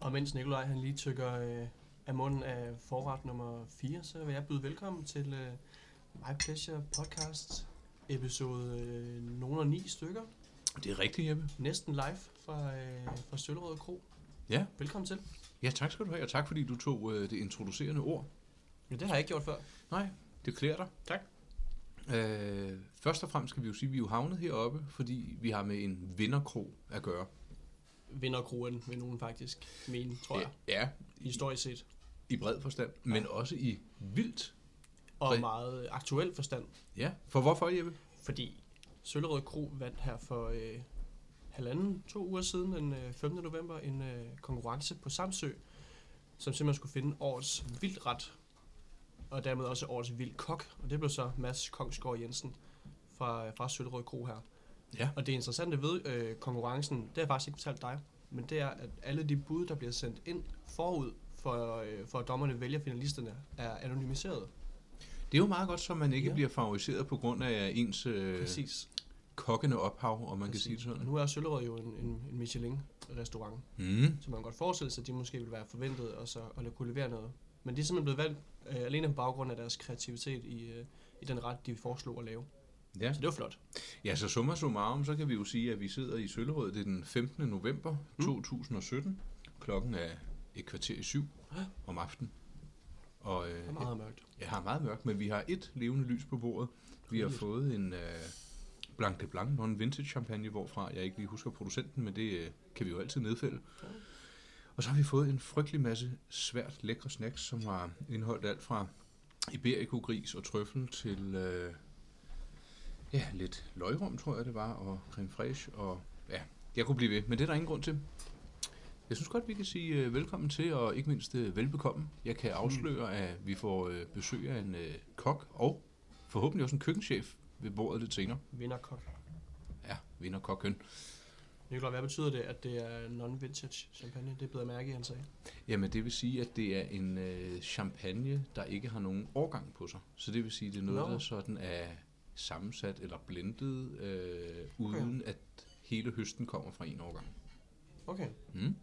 Og mens Nikolaj han lige tykker øh, af munden af forret nummer 4, så vil jeg byde velkommen til øh, My Pleasure Podcast episode øh, nogle og ni stykker. Det er rigtigt, Jeppe. Næsten live fra, øh, fra Søllerød Kro. Ja. Velkommen til. Ja, tak skal du have, og tak fordi du tog øh, det introducerende ord. Ja, det har jeg ikke gjort før. Nej, det klæder dig. Tak. Øh, først og fremmest skal vi jo sige, at vi er jo havnet heroppe, fordi vi har med en vinderkrog at gøre. Vinder kroen, vil nogen faktisk mene, tror jeg. Ja, Historisk set. i bred forstand, men også i vildt. Og Præ- meget aktuel forstand. Ja, for hvorfor, Jeppe? Fordi Søllerød Kro vandt her for øh, halvanden, to uger siden, den øh, 5. november, en øh, konkurrence på Samsø, som simpelthen skulle finde årets vildret, og dermed også årets vild kok, og det blev så Mads Kongsgaard Jensen fra, fra Søllerød Kro her. Ja. Og det interessante ved øh, konkurrencen, det har jeg faktisk ikke fortalt dig, men det er, at alle de bud, der bliver sendt ind forud for, øh, for at dommerne vælger finalisterne, er anonymiseret. Det er jo meget godt, så man ikke Ja. ja. bliver favoriseret på grund af ens øh, Præcis. kokkende ophav, om man Præcis. kan sige det Og sådan. nu er Søllerød jo en, en, en Michelin-restaurant, Mm. så man kan godt forestille sig, at de måske vil være forventet og så og kunne levere noget. Men de er simpelthen blevet valgt øh, alene på baggrund af deres kreativitet i, øh, i den ret, de foreslog at lave. Ja. Så det var flot. Ja, så summa summarum, så kan vi jo sige, at vi sidder i Søllerød. Det er den 15. november 2017. Klokken er et kvarter i syv om aftenen. Og øh, Det var meget mørkt. jeg har meget mørkt, men vi har et levende lys på bordet. Vi har Dejligt. fået en øh, Blanc de Blanc, non vintage champagne, hvorfra jeg ikke lige husker producenten, men det øh, kan vi jo altid nedfælde. Og så har vi fået en frygtelig masse svært lækre snacks, som har indeholdt alt fra iberikogris og trøffel til øh, ja, lidt løgrum, tror jeg det var, og creme fraiche, og ja, jeg kunne blive ved, men det er der ingen grund til. Jeg synes godt, vi kan sige øh, velkommen til, og ikke mindst øh, velbekomme. Jeg kan afsløre, at vi får øh, besøg af en øh, kok, og forhåbentlig også en køkkenchef ved bordet lidt senere. Vinderkok. Ja, vinder kokken. Nikolaj, hvad betyder det, at det er non-vintage champagne? Det blev jeg mærke, i, han sagde. Jamen, det vil sige, at det er en øh, champagne, der ikke har nogen årgang på sig. Så det vil sige, at det er noget, Nå. no. der sådan er sammensat eller blendet, øh, uden at hele høsten kommer fra en årgang. Okay. Mm.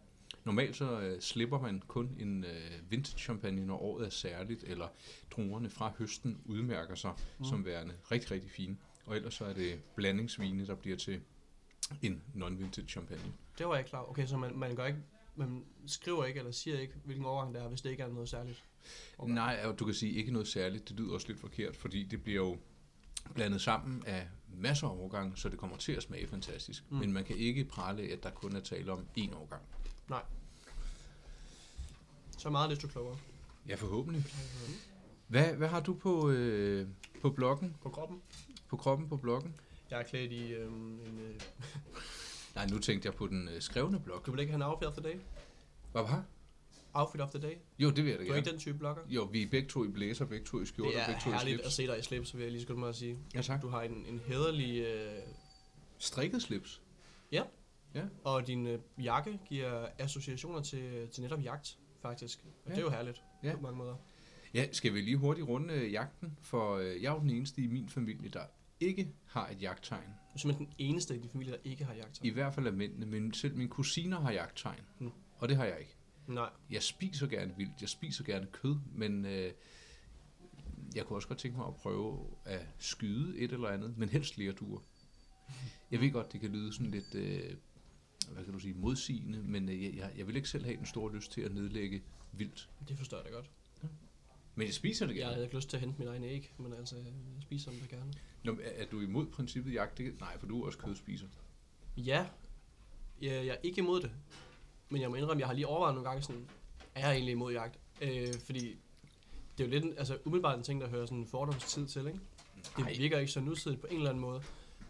Normalt så øh, slipper man kun en øh, vintage champagne, når året er særligt, eller druerne fra høsten udmærker sig mm. som værende rigtig, rigtig fine. Og ellers så er det blandingsvine, der bliver til en non-vintage champagne. Det var jeg ikke klar over. Okay, så man, man, gør ikke, man skriver ikke eller siger ikke, hvilken overgang det er, hvis det ikke er noget særligt. Okay. Okay. Nej, og du kan sige ikke noget særligt. Det lyder også lidt forkert, fordi det bliver jo blandet sammen af masser af årgange, så det kommer til at smage fantastisk. Mm. Men man kan ikke prale, af, at der kun er tale om én årgang. Nej. Så meget desto klogere. Ja, forhåbentlig. Mhm. Hvad, hvad har du på, øh, på bloggen? På kroppen. På kroppen på bloggen? Jeg er klædt i øhm, en... Øh, Nej, nu tænkte jeg på den øh, skrevne blog. du vil ikke have en outfit of the day? Hvad var? Outfit of the day? Jo, det vil jeg da Du er gerne. ikke den type blogger? Jo, vi er begge to i blæser, begge to i skjorter, Det er begge to i herligt at slips. se dig i slips, vil jeg lige skynde mig at sige. Ja, tak. Du har en, en hederlig... Øh, Strikket slips. ja. Ja. Og din øh, jakke giver associationer til, til netop jagt, faktisk. Og ja. det er jo herligt ja. Ja. på mange måder. Ja, skal vi lige hurtigt runde øh, jagten? For øh, jeg er jo den eneste i min familie, der ikke har et jagttegn. Du er simpelthen den eneste i din familie, der ikke har jagt. I hvert fald af mændene, men selv mine kusiner har jagttegn. Mm. Og det har jeg ikke. Nej. Jeg spiser gerne vildt, jeg spiser gerne kød, men øh, jeg kunne også godt tænke mig at prøve at skyde et eller andet, men helst lærduer. Jeg ved godt, det kan lyde sådan lidt, øh, hvad kan du sige, modsigende, men øh, jeg- jeg, jeg vil ikke selv have den store lyst til at nedlægge vildt. Det forstår jeg da godt. Men jeg spiser det Jeg gerne. havde ikke lyst til at hente min egen æg, men altså, jeg spiser dem da gerne. Nå, men er, er du imod princippet jagt? Det, nej, for du er også kødspiser. Ja. ja, jeg er ikke imod det. Men jeg må indrømme, jeg har lige overvejet nogle gange sådan, er jeg egentlig imod jagt? Øh, fordi det er jo lidt, en- altså umiddelbart en ting, der hører sådan en fordomstid til, ikke? Nej. Det virker ikke så nutidigt på en eller anden måde.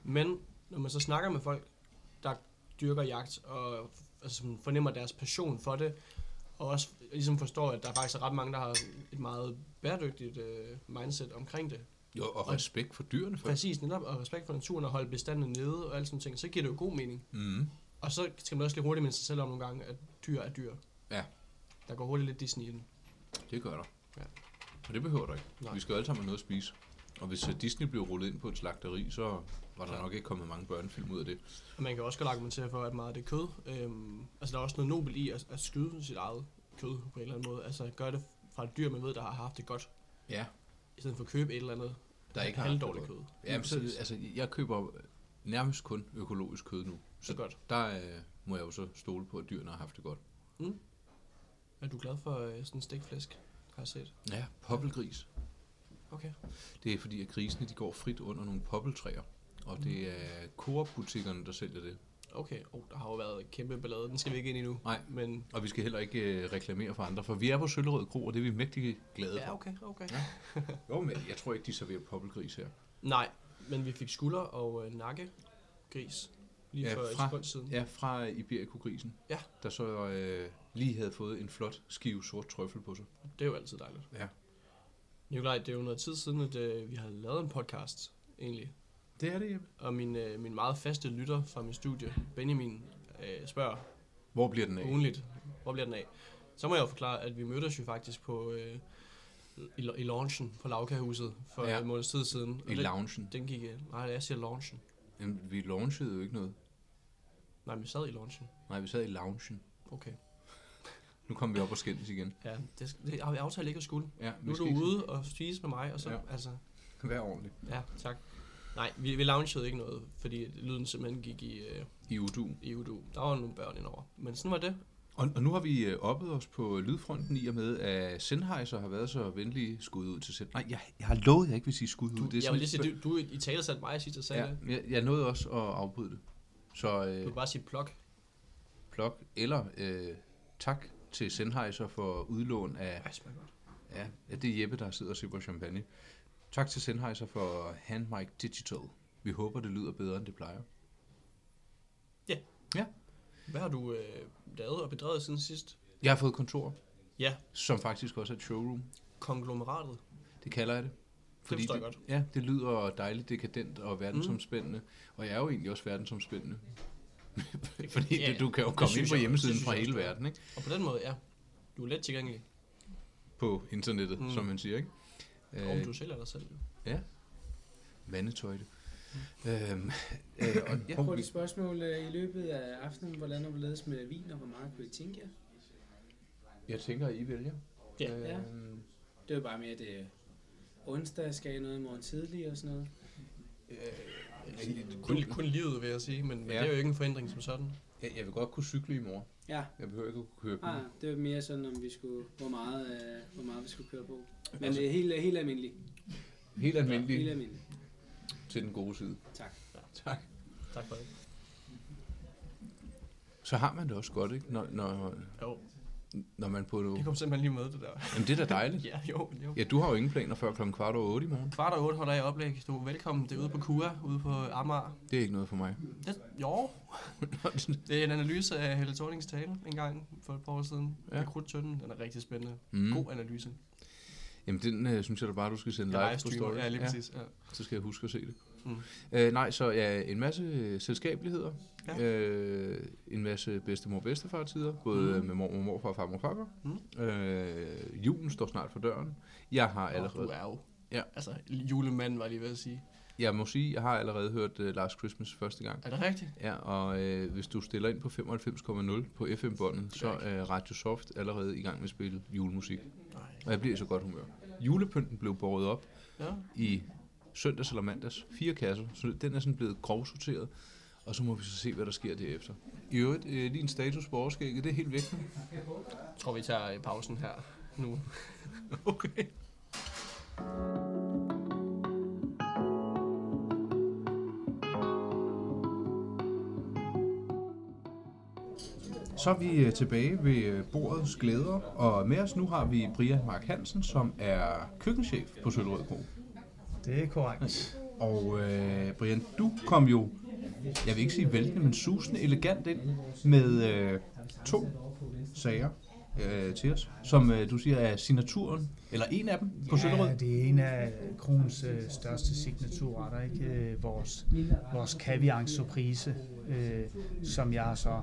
Men når man så snakker med folk, der dyrker jagt, og altså, sådan fornemmer deres passion for det, og også ligesom forstår, at der faktisk er ret mange, der har et meget bæredygtigt øh, mindset omkring det. Jo, og respekt for dyrene først. Præcis, netop, og respekt for naturen og holde bestanden nede og alle sådan nogle ting, så giver det jo god mening. Mm. Og så skal man også lige hurtigt minde sig selv om nogle gange, at dyr er dyr. Ja, Der går hurtigt lidt Disney i den. det gør der. Ja. Og det behøver du ikke. Nej. Vi skal jo alle sammen have noget at spise. Og hvis øh, Disney blev rullet ind på et slagteri, så var der nok ikke kommet mange børnefilm ud af det. Og man kan også godt argumentere for, at meget af det er kød. Øhm, altså, der er også noget nobel i at, at skyde sit eget kød på en eller anden måde. Altså, gøre det fra et dyr, man ved, der har haft det godt, Ja, i stedet for at købe et eller andet der ikke har halvdårligt kød. Ja, men så, Præcis. altså, jeg køber nærmest kun økologisk kød nu. Det er godt. Der øh, må jeg jo så stole på, at dyrene har haft det godt. Er du glad for øh, sådan en stikflæsk, har jeg set? Ja, poppelgris. Okay. Det er fordi, at grisene de går frit under nogle poppeltræer. Og det er Coop-butikkerne, der sælger det. Okay, oh, der har jo været kæmpe ballade. Den skal vi ikke ind i nu. Nej. Men Og vi skal heller ikke øh, reklamere for andre, for vi er på Søllerød Kro, og det er vi mægtig glade ja, for. okay, okay. Jo, men jeg tror ikke, de serverer poppelgris her. Nej, men vi fik skulder og øh, nakke gris lige Ja, ja, for et fra- sekund siden. Ja, fra Iberico-grisen, Ja. der så øh, lige havde fået en flot skive sort trøffel på sig. Det er jo altid dejligt. Ja. Nikolaj, det er jo noget tid siden, at øh, vi har lavet en podcast, egentlig. Det er det, Jeppe. Og min, øh, min meget faste lytter fra min studie, Benjamin, øh, spørger Hvor bliver den af? ugenligt, hvor bliver den af? Så må jeg jo forklare, at vi mødtes jo faktisk på, øh, i, i launchen på Laukahuset for Ja. ja. en måneds tid siden. Og I den- loungen. Den gik... øh, Nej, jeg siger launchen. Jamen, vi launchede jo ikke noget. Nej, men vi sad i launchen. Nej, vi sad i loungen. Okay. Nu kom vi op og skændes igen. Ja, det, sk- det har vi aftalt ikke at skulle. Ja, Nu er skal du ikke- ude og spise med mig, og så... Ja. Ja. Altså, Vær ordentlig. ja, tak. Nej, vi, vi loungede ikke noget, fordi lyden simpelthen gik i, øh, I uduen. i udu. Der var nogle børn indover. Men sådan var det. Og, og nu har vi øh, oppet os på lydfronten i og med, at Sennheiser har været så venlig skud ud til Sennheiser. Nej, jeg, jeg har lovet, at jeg ikke vil sige skud ud. jeg vil lige sige, du, du i tale satte mig sidst og sagde ja. det. ja, jeg, jeg nåede også at afbryde det. Så Du øh, kan bare sige plok. plok eller øh, tak til Sennheiser for udlån af Ej, smager godt. Ja, ja, det er Jeppe, der sidder og sipper champagne. Tak til Sennheiser for Handmic Digital. Vi håber, det lyder bedre, end det plejer. Hvad har du øh, lavet og bedrevet siden sidst? Jeg har fået kontor, Ja, som faktisk også er et showroom. konglomeratet. Det kalder jeg det. forstår jeg godt. Mm. Ja, det lyder dejligt dekadent og verdensomspændende. Og jeg er jo egentlig også verdensomspændende. Fordi Ja, ja, du kan jo det komme ind synes på jeg- hjemmesiden det synes fra jeg hele også, det er. verden, ikke? Og på den måde, ja. Du er let tilgængelig, På internettet, mm. Mm. som man siger, ikke? øh. om du sælger dig selv. jo. vandetøjde. Mm. Øhm, øh, og, Jeg ja, får et spørgsmål øh, i løbet af aftenen, hvordan og hvorledes med vin, og hvor meget kunne I tænke jer? jeg tænker, at I vælger. Ja. Øhm, Det var bare mere det øh, onsdag, skal jeg noget i morgen tidlig og sådan noget. øh, Kun, kun livet, vil jeg sige, men, men Ja. det er jo ikke en forandring som sådan. Jeg, jeg vil godt kunne cykle i morgen. Ja, Jeg behøver ikke at kunne køre ah, bil. det var mere sådan, om vi skulle, hvor meget, øh, hvor meget vi skulle køre på. Men Altså- øh, helt, helt almindelig. Helt Helt almindelig almindelig. til den gode side. Tak. Tak. Tak for det. Så har man det også godt, ikke? Når, når, Jo, når man på... det kom simpelthen lige med det der. Jamen, det er da dejligt. ja, jo, jo. Ja, du har jo ingen planer før klokken kvart over otte i morgen. Kvart og otte holder jeg oplæg. Du er velkommen. Det er ude på Kura, ude på Amager. Det er ikke noget for mig. Det, jo, det er en analyse af Helle Thornings tale en gang for et par år siden. Ja. Ja. Krudtønden, den er rigtig spændende. Mm. Mm. God analyse. Jamen, den øh, synes jeg da bare, du skal sende Jeg live på livestreamer. story. Ja, lige præcis. Ja. så skal jeg huske at se det. Mm. Mm. Øh, nej, så ja, en masse øh, selskabeligheder. Ja. Ja. Øh, en masse bedstemor-bedstefar-tider, både mm. Mm. med mormor, morfar, farmor og farfar. Mm. Mm. Øh, julen står snart for døren. Jeg har Og allerede... du er jo. Ja. Altså, julemanden var jeg lige ved at sige. Jeg må sige, jeg har allerede hørt uh, Last Christmas første gang. Er det rigtigt? Ja, og øh, hvis du stiller ind på 95,0 på FM-båndet, så er Radio Soft allerede i gang med at spille julemusik. Nej. Og jeg bliver i så godt humør. Julepynten blev båret op Ja. i søndags eller mandags. Fire kasser, så den er sådan blevet grovsorteret. Og så må vi så se, hvad der sker derefter. I øvrigt, øh, din status på overskægget, det er helt væk nu. Jeg tror, vi tager øh, pausen her nu. okay. Så er vi øh, tilbage ved øh, bordets glæder, og med os nu har vi Brian Mark Hansen, som er køkkenchef på Sølvrød Kro. Det er korrekt. Og øh, Brian, du kom jo, jeg vil ikke sige væltende, men susende elegant ind med øh, to sager øh, til os, som øh, du siger er signaturen, eller en af dem på ja, Søllerød. Ja, det er en af Kroens øh, største signaturretter, ikke? Øh, vores, vores caviar en surprise, øh, som jeg så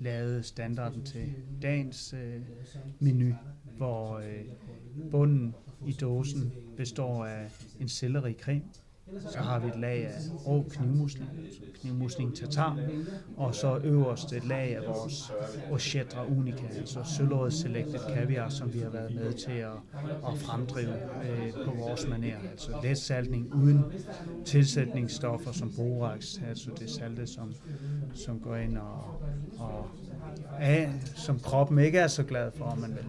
lavede standarden til dagens øh, menu, hvor øh, bunden i dåsen består af en selleri creme, så har vi et lag af rå knivmusling, altså knivmusling tatar, og så øverst et lag af vores Ochetra Unica, altså sølvåret selected kaviar, som vi har været med til at, at fremdrive øh, på vores maner. Altså let saltning uden tilsætningsstoffer som borax, altså det salte, som, som går ind og, og er, som kroppen ikke er så glad for, men vel.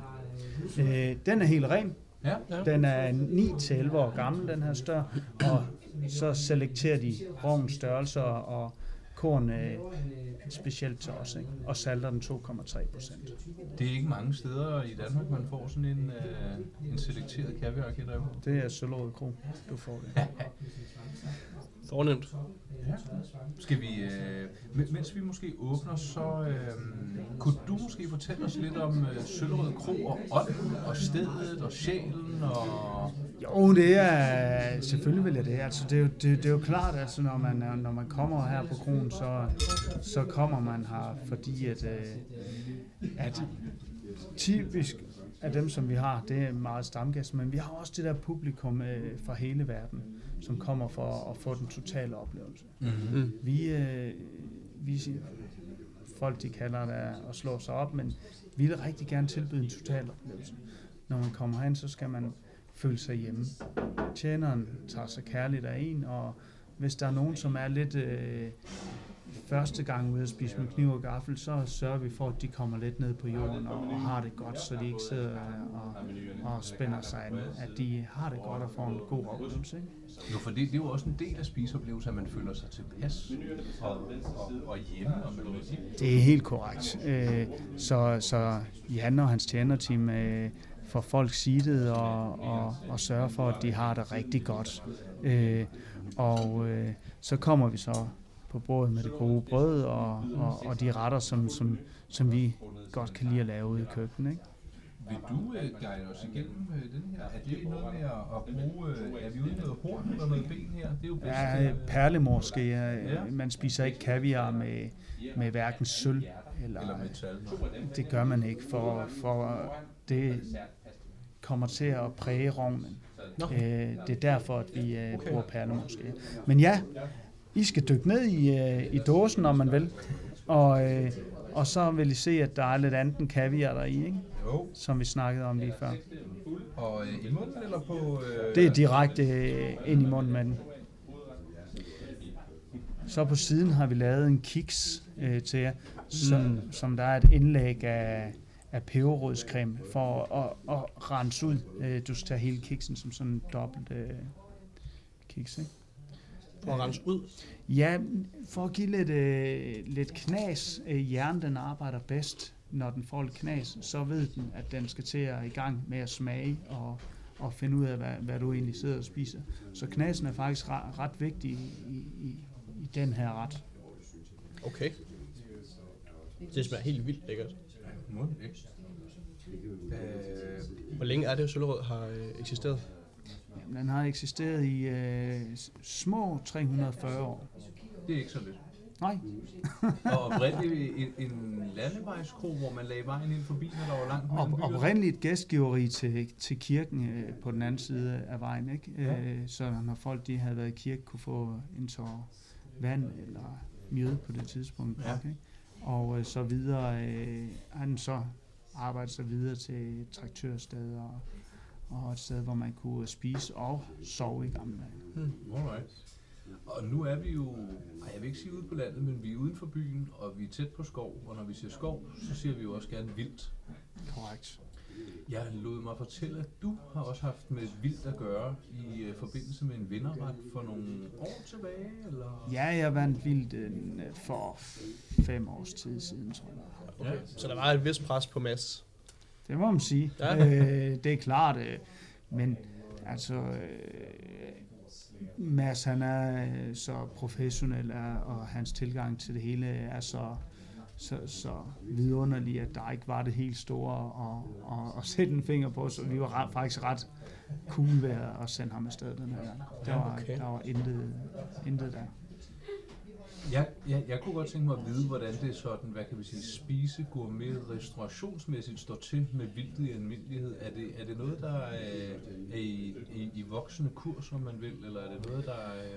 Øh, den er helt ren, Ja, ja. den er 9-11 år gammel, den her stør, og så selekterer de rovens størrelser og korn øh, specielt til os, ikke? og salter den 2,3 procent. Det er ikke mange steder i Danmark, man får sådan en, øh, en selekteret kaviar, kan jeg Det er Sølvrød Kro, du får det. Fornemt. Ja. Skal vi, øh, men- mens vi måske åbner, så øh, kunne du måske fortælle os lidt om øh, Sølvrød Kro og ånden og stedet og sjælen og... Jo, det er selvfølgelig vil jeg det. Altså, det, er jo, det, det er jo klart, altså, når man er- når man kommer her på kronen, så så kommer man her, fordi at øh, at typisk af dem, som vi har, det er meget stamgæst, men vi har også det der publikum øh, fra hele verden, som kommer for at få den totale oplevelse. Mm-hmm. Mm. Vi, øh, vi folk de kalder det at slå sig op, men vi vil rigtig gerne tilbyde en total oplevelse. Når man kommer herind, så skal man føle sig hjemme. Tjeneren tager sig kærligt af en, og hvis der er nogen, som er lidt øh, første gang ude at spise med kniv og gaffel, så sørger vi for, at de kommer lidt ned på jorden og, og har det godt, så de ikke sidder og, og spænder sig an. At de har det godt og får en god oplevelse. Ikke? Jo, for det, det er jo også en del af spiseoplevelsen, at man føler sig tilpas og, og, og hjemme. Og man, Det er helt korrekt. Øh, så, så Jan og hans tjenerteam øh, får folk seedet og, og, og sørger for, at de har det rigtig godt. Øh, og øh, så kommer vi så på bordet med det gode brød og, og, og de retter, som, som, som vi godt kan lide at lave ude i køkkenet. Ikke? Vil du øh, guide os igennem øh, den her? Er det noget med at, at bruge... Øh, er vi ude i noget horn eller noget ben her? Det er jo bedst. Ja, øh, perlemor skal jeg. Man spiser ikke kaviar med, med hverken sølv eller... eller metal. Det gør man ikke, for, for det kommer til at præge rovnen. Nå. Øh, det er derfor, at vi øh, bruger perler måske. Men ja, I skal dykke ned i, øh, i dåsen, når man vil. Og, øh, og så vil I se, at der er lidt andet end kaviar der i, ikke? Jo, som vi snakkede om lige før. og øh, i munden eller på... Øh, Det er direkte øh, ind i munden med den. Så på siden har vi lavet en kiks øh, til jer, som, mm. som der er et indlæg af, af peberrødscreme for at, at, at rense ud. Øh, du skal tage hele kiksen som sådan en dobbelt øh, kiks, ikke? For at rense ud. Ja, for at give lidt, øh, lidt knas, øh, hjernen den arbejder bedst, når den får lidt knas, så ved den, at den skal til at i gang med at smage og, og finde ud af, hvad, hvad du egentlig sidder og spiser. Så knasen er faktisk ret, ret vigtig i, i, i den her ret. Okay. Det smager helt vildt lækkert. Munden, ikke? Øh, Hvor længe er det, at Søllerød har øh, eksisteret? Jamen, den har eksisteret i øh, s- små 340 år. det er ikke så lidt. Nej, Og oprindeligt en, en landevejskro, hvor man lagde vejen ind forbi, når der var langt Op, mellem byerne. oprindeligt gæstgiveri til, til kirken øh, på den anden side af vejen, ikke? Øh, så når folk de havde været i kirke, kunne få en tår vand eller mjød på det tidspunkt. Ja. Okay? Og øh, så videre, øh, han så arbejdede sig videre til et traktørsted og, og et sted, hvor man kunne spise og sove i gamle dage. Alright. Og nu er vi jo, ej, jeg vil ikke sige ude på landet, men vi er uden for byen, og vi er tæt på skov. Og når vi siger skov, så siger vi jo også gerne vildt. Korrekt. Jeg lod mig fortælle, at du har også haft med vildt at gøre i øh, forbindelse med en vinderret for nogle år tilbage, eller? Ja, jeg vandt vildt øh, for fem års tid siden, tror jeg. Okay. Så der var et vist pres på Mads. Det må man sige. Ja. Ja. Øh, det er klart. Øh, men altså, øh, Mads han er øh, så professionel, er- og hans tilgang til det hele er så, så, så vidunderlig, at der ikke var det helt store at, at, at sætte en finger på. Så vi var ret, faktisk ret cool ved at sende ham afsted den her gang. Der var, Ja, okay. der var intet, intet der. Jeg, jeg, jeg kunne godt tænke mig at vide, hvordan det er sådan, hvad kan vi sige, spise, gourmet, restaurationsmæssigt står til med vildt i almindelighed. Er det, er det noget, der er, er i, i, i voksende kurs, om man vil, eller er det noget, der er...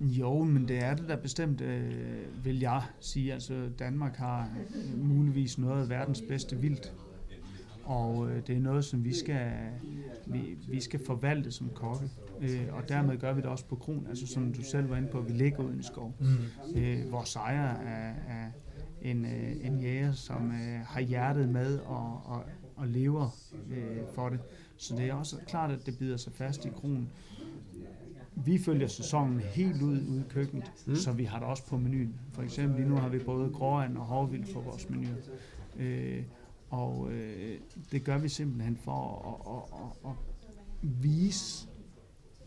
Jo, men det er det der bestemt, øh, vil jeg sige. Altså, Danmark har øh, muligvis noget af verdens bedste vildt. Og øh, det er noget, som vi skal, vi, vi skal forvalte som kokke. Øh, og dermed gør vi det også på kron. Altså, som du selv var inde på, vi ligger uden skov. Mm. Øh, vores ejer er, er en, øh, en jæger, som øh, har hjertet med og, og, og lever øh, for det. Så det er også klart, at det bider sig fast i kronen. Vi følger sæsonen helt ud ude i køkkenet, Mm. mm. så vi har det også på menuen. For eksempel lige nu har vi både gråand og hårvild på vores menu. Øh, og øh, det gør vi simpelthen for at, at, at, at vise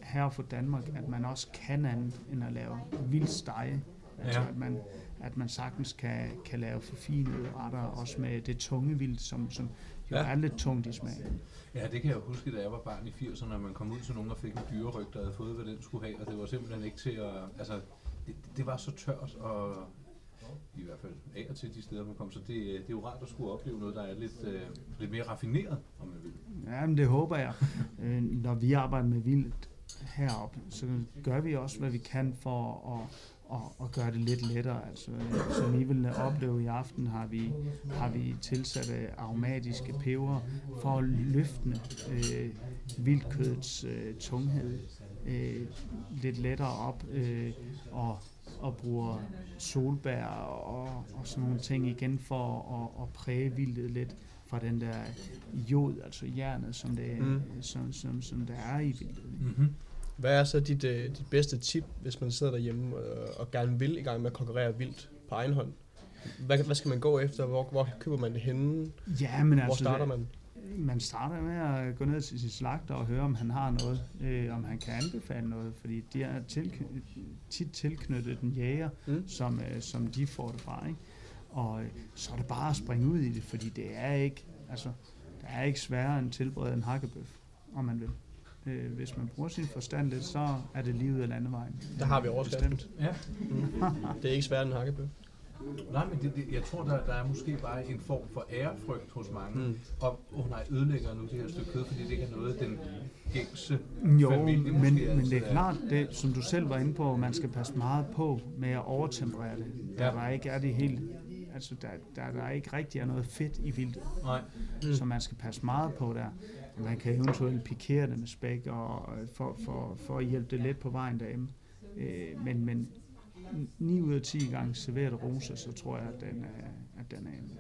her for Danmark, at man også kan andet end at lave vild stege. Altså Ja. ja. at, man, at man sagtens kan, kan lave forfinede retter, også med det tunge vildt, som, som jo Ja. ja. er lidt tungt i smagen. Ja, det kan jeg jo huske, da jeg var barn i 80'erne, når man kom ud til nogen og fik en dyreryg, der havde fået, hvad den skulle have, og det var simpelthen ikke til at... Altså, det, det var så tørt, og i hvert fald af og til de steder, man kom. Så det, øh, det er jo rart at skulle opleve noget, der er lidt, øh, lidt mere raffineret, om man vil. Ja, men det håber jeg. Øh, når vi arbejder med vildt heroppe, så gør vi også, hvad vi kan for at, at, at gøre det lidt lettere. Altså, øh, som I vil opleve i aften, har vi, har vi tilsat øh, aromatiske peber for at løfte øh, vildkødets øh, tunghed øh, lidt lettere op øh, og, og bruger solbær og, og sådan nogle ting igen for at, at præge vildet lidt fra den der jod, altså jernet, som, det, Mm. mm. som, som, som der er i vildet. ikke? Mm-hmm. Hvad er så dit, øh, dit bedste tip, hvis man sidder derhjemme øh, og gerne vil i gang med at konkurrere vildt på egen hånd? Hvad, hvad skal man gå efter? Hvor, hvor køber man det henne? Ja, men Hvor altså, starter man? man starter med at gå ned til sin slagter og høre, om han har noget, øh, om han kan anbefale noget, fordi de er tilkny- tit tilknyttet en jæger, Mm. mm. som, øh, som de får det fra. Ikke? Og øh, så er det bare at springe ud i det, fordi det er ikke, altså, der er ikke sværere end tilberede en hakkebøf, om man vil. Øh, hvis man bruger sin forstand lidt, så er det livet af landevejen. Der har vi Øh, overskriften. bestemt. Ja, Mm. Det er ikke svært en hakkebøf. nej, men det, det, jeg tror, der, der er måske bare en form for ærefrygt hos mange. Mm. Mm. Og, åh oh nej, ødelægger jeg nu det her stykke kød, fordi det ikke er noget, den gængse Jo, familie men, måske altså, men det altid er klart, det, som du selv var inde på, man skal passe meget på med at overtemperere det. Der, Ja. der ikke er det helt, altså der, der, der ikke rigtig er noget fedt i vildt, Nej, Mm. mm. som man skal passe meget på der. Man kan eventuelt pikere det med spæk og øh, for, for, for at hjælpe det lidt på vejen derhjemme. Øh, men, men 9 ud af 10 gange serveret roser, så tror jeg, at den er, at den er en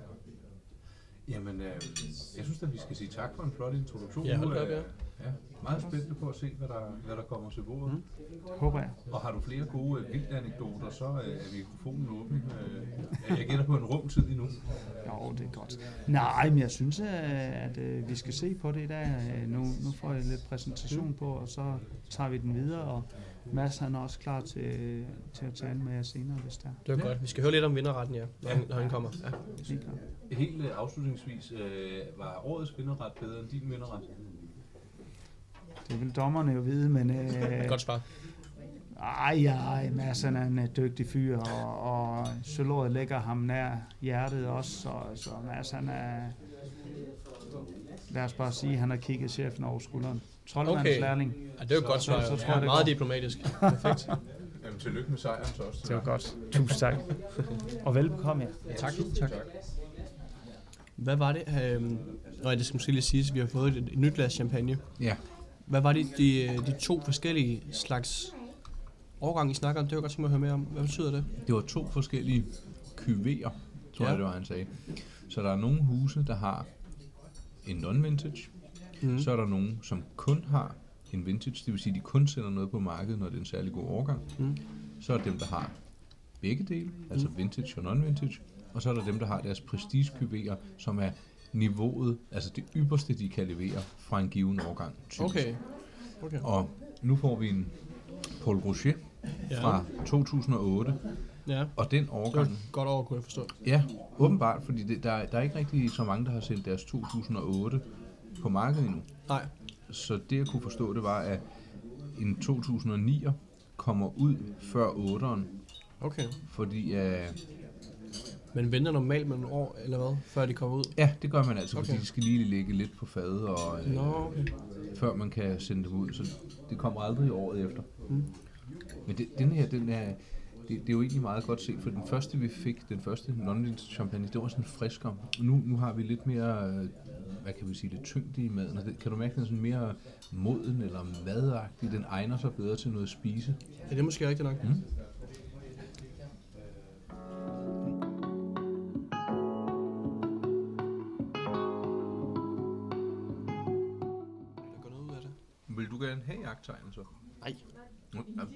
Jamen, øh, jeg synes at vi skal sige tak for en flot introduktion. Ja, hold da Nu, op, ja. øh, ja. Meget spændende på at se, hvad der, hvad der kommer til bordet. Mm. Håber jeg. Og har du flere gode øh, vilde anekdoter, så øh, er mikrofonen åben. Øh, jeg- jeg gætter på en rum tid endnu. Jo, det er godt. Nej, men jeg synes, øh, at øh, vi skal se på det i dag. Øh, Nu, nu får jeg lidt præsentation på, og så tager vi den videre. Og Mads han er også klar til, øh, til at tale med jer senere, hvis der Det var Ja. godt. Vi skal høre lidt om vinderretten, ja, når, Ja. han, når han kommer. Ja. er helt klar. Helt øh, afslutningsvis, øh, var årets vinderret bedre end din vinderret? Det vil dommerne jo vide, men... Øh, Godt svar. Ej, ej, Mads han er en øh, dygtig fyr, og, og sølvåret lægger ham nær hjertet også, så, så Mads han er... Lad os bare sige, han har kigget chefen over skulderen. Troldmandslærling. Okay. Ja, det var et godt Så- svar. så jo. tror jeg, det Meget går. diplomatisk. Perfekt. Jamen, tillykke med sejren så også. Det var godt. Tusind tak. Og velbekomme jer. Tak. tak. Hvad var det? Øhm, nej, det skal måske lige siges, vi har fået et, et nyt glas champagne. Ja. Hvad var det, de, øh, de to forskellige slags årgang, I snakker om? Det var godt tænke mig at høre mere om. Hvad betyder det? Det var to forskellige kuvéer, Ja. tror ja. jeg, det var, han sagde. Så der er nogle huse, der har en non-vintage. Mhm. Mm. Så er der nogen, som kun har en vintage, det vil sige, de kun sender noget på markedet, når det er en særlig god årgang. Mhm. Mm. Så er der dem, der har begge dele, altså Mm. vintage og non-vintage. Og så er der dem, der har deres prestige kuvéer, som er niveauet, altså det ypperste, de kan levere fra en given årgang. typisk. Okay. ligesom okay. Og nu får vi en Paul Rocher Ja. fra 2008, ja. og den Det var årgang et godt over, kunne jeg forstå. Ja, åbenbart, fordi det, der, er- der er ikke rigtig så mange, der har sendt deres 2008 på markedet endnu. Nej. Så det, jeg kunne forstå, det var, at en 2009'er kommer ud før 8'eren, Okay. Fordi øh, Men venter normalt med nogle år, eller hvad, før de kommer ud? Ja, det gør man altså, okay. fordi Okay. de skal lige ligge lidt på fadet, og, øh, Nå, okay. før man kan sende dem ud. Så det kommer aldrig året efter. Mm. Men det, den her, den er, det, det er jo egentlig meget godt set, for den første vi fik, den første non champagne, det var sådan friskere. Nu, nu har vi lidt mere, øh, hvad kan vi sige, lidt tyngde i maden. Og det, kan du mærke, den er sådan mere moden eller madagtig? Den egner sig bedre til noget at spise. Ja, det er måske rigtigt nok. Mm. Der går noget ud af det. Vil du gerne have jagttegnet så? Nej.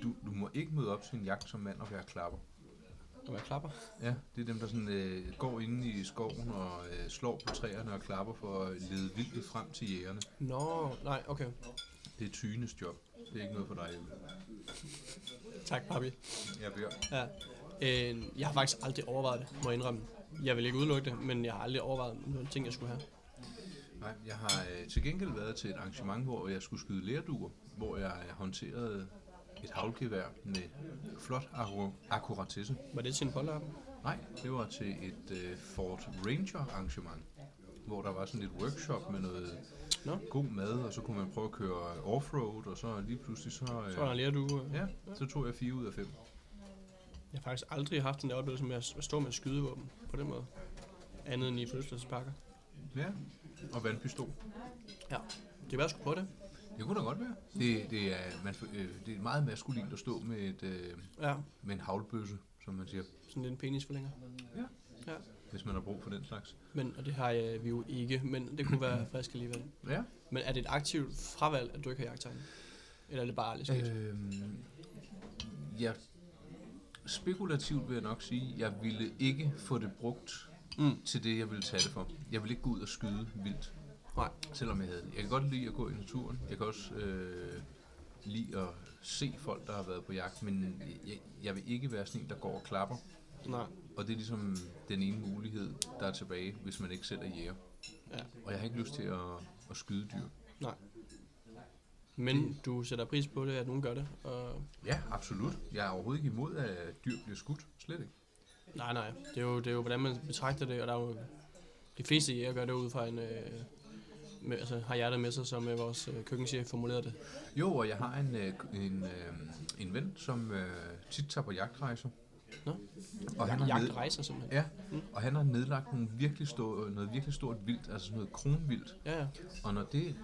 Du, du må ikke møde op til en jagt som mand og være klapper. Og jeg klapper. Ja, det er dem, der sådan, øh, går inde i skoven og øh, slår på træerne og klapper for at lede vildt frem til jægerne. Nå, nej, okay. Det er tygenes job. Det er ikke noget for dig, Emil. Tak, papi. Jeg bør. Ja. Øh, jeg har faktisk aldrig overvejet det, må jeg indrømme. Jeg vil ikke udelukke det, men jeg har aldrig overvejet nogle ting, jeg skulle have. Nej, jeg har øh, til gengæld været til et arrangement, hvor jeg skulle skyde lærduer, hvor jeg øh, håndterede et havlgevær med flot akku- akkuratesse. Var det til en polterarm? Nej, det var til et øh, Ford Ranger arrangement, hvor der var sådan et workshop med noget Nå. god mad, og så kunne man prøve at køre offroad, og så lige pludselig så... Øh, Så var der en lærerduge. Ja, så tog jeg fire ud af fem. Jeg har faktisk aldrig haft den der oplevelse med at stå med et skydevåben på den måde. Andet end i fødselsdagspakker. Ja, og vandpistol. Ja. Det var jeg sgu på det. Det kunne da godt være. Det, det, er, man, fø- øh, det er meget maskulint at stå med, et, øh, Ja. med en havlbøsse, som man siger, Sådan lidt en penisforlænger. hvis man har brug for den slags. Men, og det har øh, vi jo ikke, men det kunne være frisk alligevel. Ja. Men er det et aktivt fravalg, at du ikke har jagttegn? Eller er det bare lidt øh. Øh, ja, spekulativt vil jeg nok sige, jeg ville ikke få det brugt Mm. til det, jeg ville tage det for. Jeg ville ikke gå ud og skyde vildt, Nej. selvom jeg havde det. Jeg kan godt lide at gå i naturen. Jeg kan også øh, lide at se folk, der har været på jagt, men jeg, jeg vil ikke være sådan en, der går og klapper. Nej. Og det er ligesom den ene mulighed, der er tilbage, hvis man ikke selv er jæger. Ja. Og jeg har ikke lyst til at, at skyde dyr. Men du sætter pris på det, at nogen gør det. Og... Ja, absolut. Jeg er overhovedet ikke imod, at dyr bliver skudt. Slet ikke. Nej, nej. Det er, jo, det er jo, hvordan man betragter det, og der er jo... De fleste jæger gør det ud fra en... Øh, med, altså, har hjertet med sig, som øh, vores øh, køkkenchef formulerede det. Jo, og jeg har en, øh, en, øh, en ven, som øh, tit tager på jagtrejser. Nå. Og han, har ned, Jagtrejser, simpelthen. ja, og han har nedlagt nogle virkelig stor, noget virkelig stort vildt, altså sådan noget kronvildt. Ja, ja. Og når det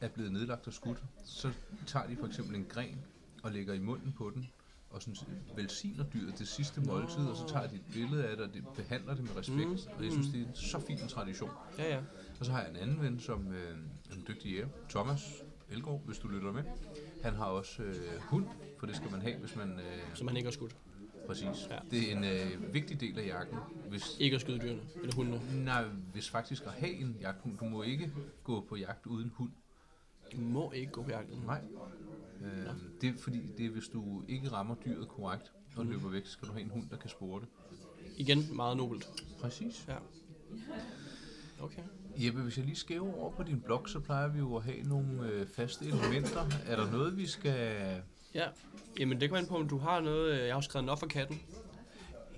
er blevet nedlagt og skudt, så tager de for eksempel en gren og lægger i munden på den, og sådan velsigner dyret det sidste måltid, og så tager de et billede af det, og de behandler det med respekt. Mm. Og jeg synes, det er en så fin en tradition. Ja, ja. Og så har jeg en anden ven, som øh, er en dygtig jæger, Thomas Elgaard, hvis du lytter med. Han har også øh, hund, for det skal man have, hvis man... Øh, Som han ikke har skudt. præcis. Ja. Det er en øh, vigtig del af jagten. Hvis, Ikke at skyde dyrene, eller hundene. nej, hvis faktisk at have en jagthund, du må ikke gå på jagt uden hund. Du må ikke gå på jagt. Nej. Øh, det er fordi, det er, hvis du ikke rammer dyret korrekt og løber væk, så skal du have en hund, der kan spore det. Igen, meget nobelt. Præcis. Ja. Okay. Jeppe, hvis jeg lige skæver over på din blog, så plejer vi jo at have nogle øh, faste elementer. Er der noget, vi skal... Ja, jamen det kommer an på, om du har noget... øh, Jeg har jo skrevet en for katten.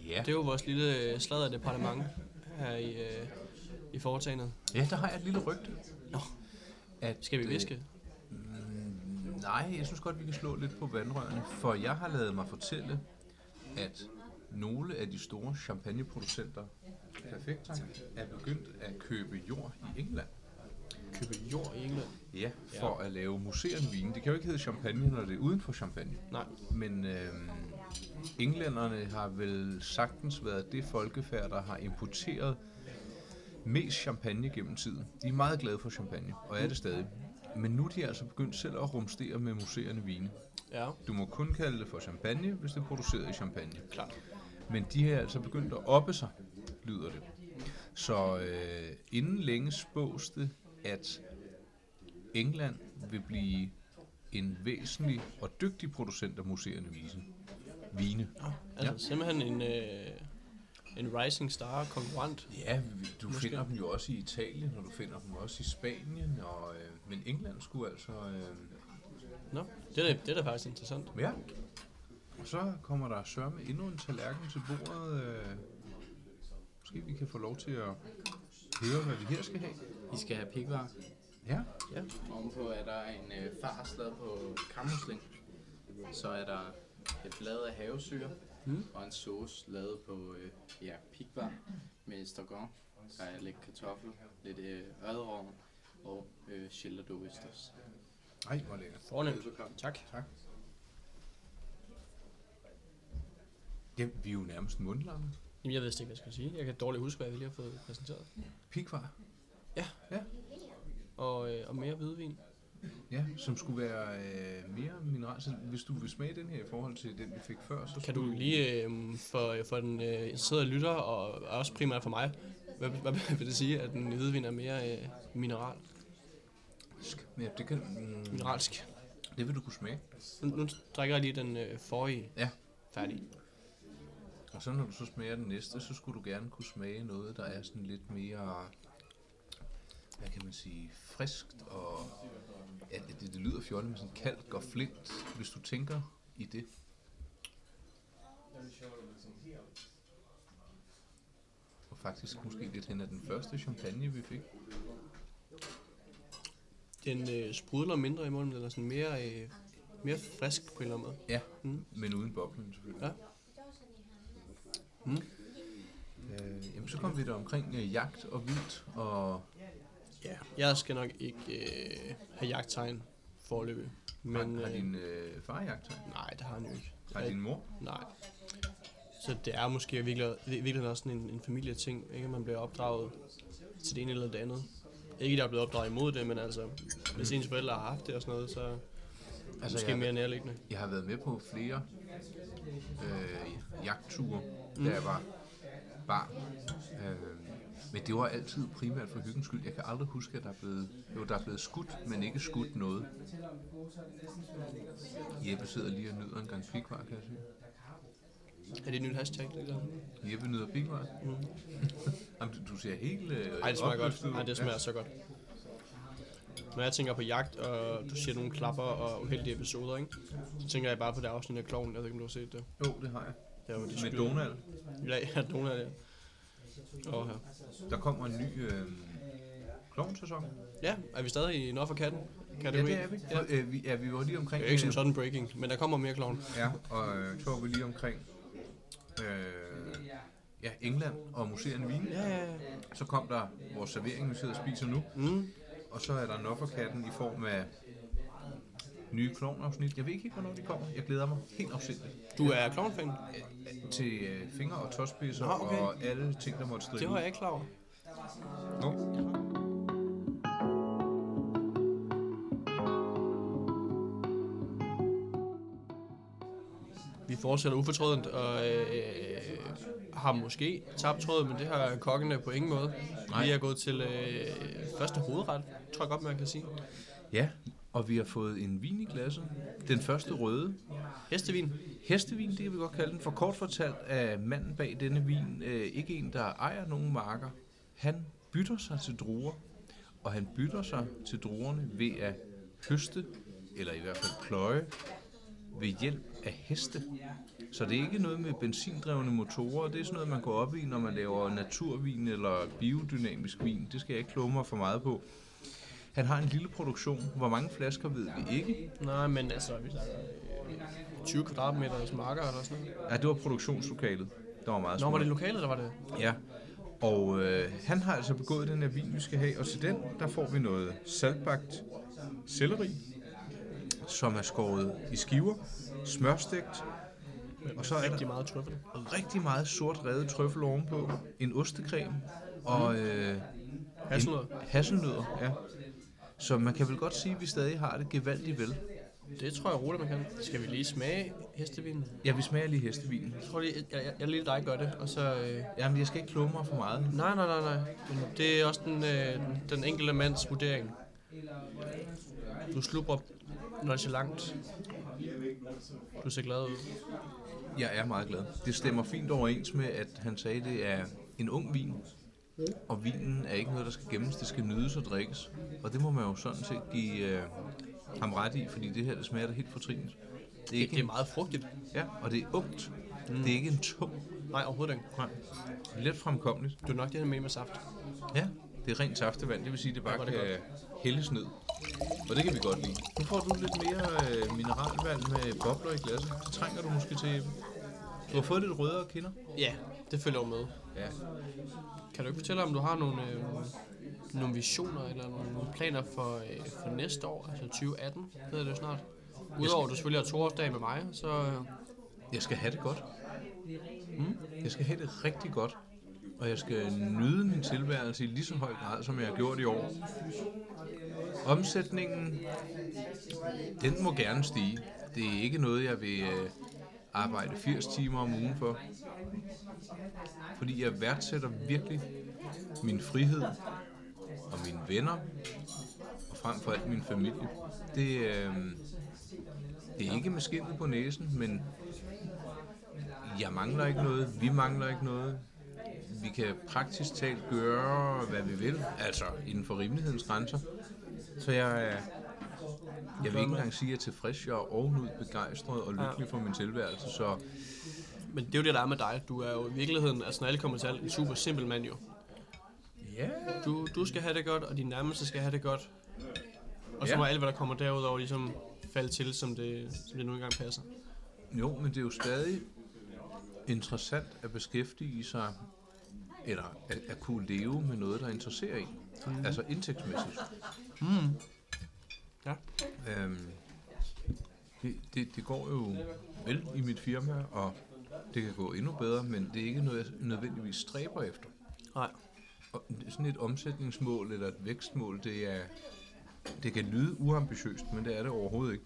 Ja, Det er jo vores lille øh, sladderdepartement her i, øh, i foretagendet. ja der har jeg et lille rygte. Nå. At, Skal vi øh, viske? mm, nej, jeg synes godt, vi kan slå lidt på vandrørene, for jeg har lavet mig fortælle, at nogle af de store champagneproducenter perfekt, tak, er begyndt at købe jord i England. Købe jord i England? Ja, for ja. at lave museerende vine. Det kan jo ikke hedde champagne, når det er uden for champagne. Nej. Men øh, englænderne har vel sagtens været det folkefærd, der har importeret mest champagne gennem tiden. De er meget glade for champagne, og er det stadig. Men nu er de altså begyndt selv at rumstere med museerende vine. Ja, Du må kun kalde det for champagne, hvis det er produceret i champagne. klart. Men de har altså begyndt at oppe sig, lyder det. Så øh, inden længe spås det, at England vil blive en væsentlig og dygtig producent af museerne vise. Vine. Altså simpelthen en, øh, en rising star konkurrent. Ja, vi- du Måske. finder dem jo også i Italien, og du finder dem også i Spanien, og, øh, men England skulle altså... Øh, Nå, det er, da- det er da faktisk interessant. ja, Og så kommer der sørme endnu en tallerken til bordet. Øh, måske vi kan få lov til at høre, hvad vi her skal have. I skal have pikvar. Ja, Ovenpå er der en øh, farslag på kammusling. Så er der et blad af havesyre mm. og en sauce lavet på øh, ja, pikvar med stragon. Der er lidt kartoffel, lidt øh, ørderovn og øh, chiller d'oysters. nej, hvor lækkert. Fornemt. Velbekomme. Tak. Ja, vi er jo nærmest mundlamme. Jamen, jeg ved ikke, hvad jeg skal sige. Jeg kan dårligt huske, hvad jeg lige har fået præsenteret. Pikvar, Og, øh, og mere hvidvin. ja, som skulle være øh, mere mineral. Så hvis du vil smage den her i forhold til den, vi fik før, så Kan skulle du lige øh, for, for den øh, interesserede lytter, og også primært for mig, hvad, hvad vil det sige, at den hvidvin er mere øh, mineral, Ja, det kan... Mm, mineralsk? det vil du kunne smage. Nu, nu drikker jeg lige den øh, forrige Ja. færdig. Og så når du så smager den næste, så skulle du gerne kunne smage noget, der er sådan lidt mere, hvad kan man sige, friskt og, ja, det, det, det lyder fjollet, men sådan kalk og flint, hvis du tænker i det. Og faktisk måske lidt hen af den første champagne, vi fik. Den øh, sprudler mindre i munden, den er sådan mere, øh, mere frisk på en eller anden måde. Ja, Mm. men uden boblen selvfølgelig. Ja. Mm. Øh, jamen, så kom vi der omkring øh, jagt og vildt og Ja. Jeg skal nok ikke øh, have jagttegn forløbig. Men, Men, har, har øh, din øh, far jagttegn? Nej, det har han jo ikke. Har din mor? Nej. Så det er måske i virkelig- i virkeligheden også sådan en, en familieting, ikke? At man bliver opdraget til det ene eller det andet. Ikke, der er blevet opdraget imod det, men altså, hvis ens forældre har haft det og sådan noget, så er det Altså, måske jeg- mere nærliggende. Jeg har været med på flere øh, jagtture, mm. da jeg var barn. Øh, men det var altid primært for hyggens skyld. Jeg kan aldrig huske, at der er blevet, jo, der er blevet skudt, men ikke skudt noget. Jeppe sidder lige og nyder en gang pikvar, kan jeg sige. Er det et nyt hashtag? Det der? Jeppe nyder pikvar. Mm. Jamen, du, du ser helt øh, Ej, det smager opløftet ud. godt. Ej, det smager Ja. så godt. Når jeg tænker på jagt, og du siger nogle klapper og uheldige episoder, ikke? så tænker jeg bare på det afsnit af Kloven. Jeg ved ikke, om du har set det. Jo, det har jeg. Det er jo det Med skyld- Donald. Ja, ja, Donald, ja. Åh, ja. Der kommer en ny øh, klovnsæson. ja, er vi stadig i Nå for katten? Kan Ja, det er vi. Ja. Øh, vi, ja, vi var lige omkring... Det er ikke som øh, sådan breaking, men der kommer mere klovn. Ja, og øh, så var vi lige omkring øh, ja, England og museerne Wien. Ja, ja, ja. Så kom der vores servering, vi sidder og spiser nu. Mm. Og så er der Nofferkatten i form af nye klovnafsnit. Jeg ved ikke helt, hvornår de kommer. Jeg glæder mig helt afsindigt. Du er klovnfan? Øh, Til øh, fingre og tåspidser Nå, okay. og alle ting, der måtte stride. Det var jeg ikke klar over. Nå. Vi fortsætter ufortrødent og øh, har måske tabt trådet, men det har kokkene på ingen måde. Nej. Vi er gået til øh, første hovedret, tror jeg godt, man kan sige. Ja, og vi har fået en vin i glasset. Den første røde. Hestevin. Hestevin, det kan vi godt kalde den. For kort fortalt er manden bag denne vin øh, ikke en, der ejer nogen marker. Han bytter sig til druer, og han bytter sig til druerne ved at høste, eller i hvert fald pløje, ved hjælp af heste. Så det er ikke noget med benzindrevne motorer, det er sådan noget, man går op i, når man laver naturvin eller biodynamisk vin. Det skal jeg ikke kloge mig for meget på. Han har en lille produktion. Hvor mange flasker ved vi ikke. Nej, men altså, vi snakker øh, 20 kvadratmeter marker eller sådan noget. Ja, det var produktionslokalet. Der var meget Nå, var smukt. det lokalet, der var det? Ja, og øh, han har altså begået den her vin, vi skal have, og til den, der får vi noget saltbagt selleri, som er skåret i skiver, smørstegt, og så er Rigtig der meget trøffel. rigtig meget sort revet trøffel ovenpå, en ostekrem og øh, Hasselnød. en- hasselnødder, ja. Så man kan vel godt sige, at vi stadig har det gevaldigt vel. Det tror jeg roligt, man kan. Skal vi lige smage hestevinen? Ja, vi smager lige hestevinen. Jeg tror lige, jeg, jeg, jeg lige dig gør det, og så... Øh, Jamen, jeg skal ikke klumme mig for meget. Nej, nej, nej, nej. Men det er også den, øh, den- den enkelte mands vurdering. Du slubrer nonchalant. Du ser glad ud. Jeg er meget glad. Det stemmer fint overens med, at han sagde, at det er en ung vin. Og vinen er ikke noget, der skal gemmes, det skal nydes og drikkes. Og det må man jo sådan set give øh, ham ret i, fordi det her det smager da helt fortrinligt. Det er, Det, ikke det er en, meget frugtigt. ja, og det er ungt. Mm. Det er ikke en tung Nej, overhovedet ikke. grøn. Let fremkommeligt. Det er nok det, han mener med saft. Ja, det er rent saftevand. Det vil sige, at det bare kan hældes ned. Og det kan vi godt lide. Nu får du lidt mere øh, mineralvand med bobler i glasset. Det trænger du måske til. Du har fået lidt rødere kinder. Ja, det følger jo med. Ja. Kan du ikke fortælle, om du har nogle, øh, nogle visioner eller nogle, nogle planer for, øh, for næste år, altså 2018, hedder det jo snart? Udover at du selvfølgelig har toårsdag med mig, så øh, Jeg skal have det godt. Mm. Jeg skal have det rigtig godt. Og jeg skal nyde min tilværelse i lige så høj grad, som jeg har gjort i år. Omsætningen, den må gerne stige. Det er ikke noget, jeg vil øh, arbejde 80 timer om ugen for. Fordi jeg værdsætter virkelig min frihed og mine venner, og frem for alt min familie. Det, øh, det er ikke med skinnet på næsen, men jeg mangler ikke noget, vi mangler ikke noget. Vi kan praktisk talt gøre, hvad vi vil, altså inden for rimelighedens grænser. Så jeg, er- jeg vil ikke engang sige, at jeg er tilfreds. Jeg er ovenud begejstret og lykkelig for min tilværelse, så Men det er jo det, der er med dig. Du er jo i virkeligheden, altså når alle kommer til alt, en super simpel mand jo. ja, Du, du skal have det godt, og din nærmeste skal have det godt. Og så Ja. må alt, hvad der kommer derudover, ligesom falde til, som det, som det nu engang passer. Jo, men det er jo stadig interessant at beskæftige sig, eller at, at kunne leve med noget, der interesserer en. Mhm. Mm. Altså indtægtsmæssigt. Ja. Øhm, det, det, det går jo vel i mit firma, og det kan gå endnu bedre, men det er ikke noget, jeg nødvendigvis stræber efter. Nej. Og sådan et omsætningsmål eller et vækstmål, det er det kan lyde uambitiøst, men det er det overhovedet ikke.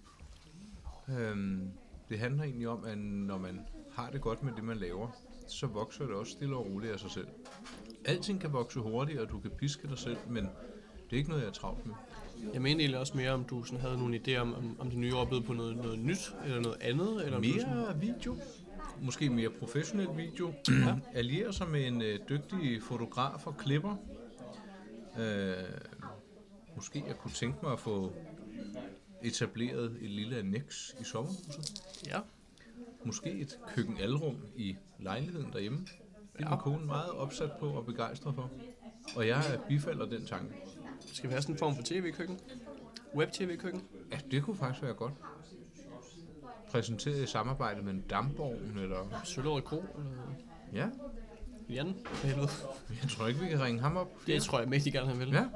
Øhm, det handler egentlig om, at når man har det godt med det, man laver, så vokser det også stille og roligt af sig selv. Alting kan vokse hurtigt, og du kan piske dig selv, men det er ikke noget, jeg er travlt med. Jeg mente egentlig også mere, om du sådan havde nogle idéer om, om, om det nye år blev på noget, noget nyt, eller noget andet, eller om du sådan- Mere video. Måske mere professionel video. Allierer sig med en øh, dygtig fotograf og klipper. Øh, måske jeg kunne tænke mig at få etableret et lille annex i sommerhuset. Ja. Måske et køkkenalrum i lejligheden derhjemme. Det er min kone meget opsat på og begejstret for. Og jeg bifalder den tanke. Skal vi have sådan en form for tv-køkken? Web-tv-køkken? Ja, det kunne faktisk være godt. Præsenteret i samarbejde med en dampvogn, eller... Sølvrød Kro? Eller Ja, Jan? For helvede. jeg tror ikke, vi kan ringe ham op. Det tror jeg mægtig gerne, han vil. Ja.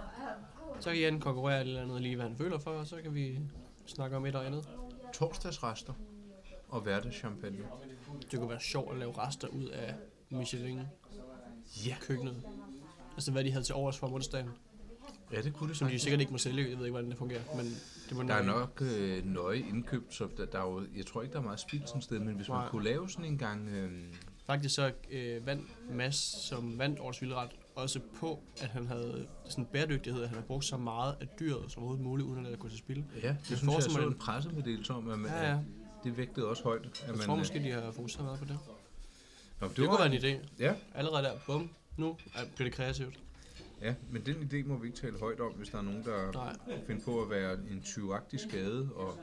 Så kan Jan konkurrere et eller andet lige, hvad han føler for, og så kan vi snakke om et eller andet. torsdagsrester og hverdagschampagne. Det kunne være sjovt at lave rester ud af Michelin-køkkenet. Ja. Altså hvad de havde til overs fra onsdagen, Ja, det kunne det som de sikkert ikke må sælge. Jeg ved ikke, hvordan det fungerer, men det må Der er nok øh, nøje indkøbt, så der, der er jo, jeg tror ikke, der er meget spild sådan et sted, men hvis man Nej. kunne lave sådan en gang... Øh, Faktisk så øh, vandt Mads, som vandt årets vildret, også på, at han havde sådan en bæredygtighed, at han havde brugt så meget af dyret som overhovedet muligt, uden at lade det gå til spil. ja, det synes jeg, jeg forestiller så mig- en pressemeddelelse om, at man, Ja, ja. at det vægtede også højt. At Jeg man, tror øh, måske, de har fokuseret meget på det. Nå, Det kunne være en idé. Ja, Allerede der, bum, nu er- bliver det kreativt. ja, men den idé må vi ikke tale højt om, hvis der er nogen, der Nej. finder på at være en tyvagtig skade. Og,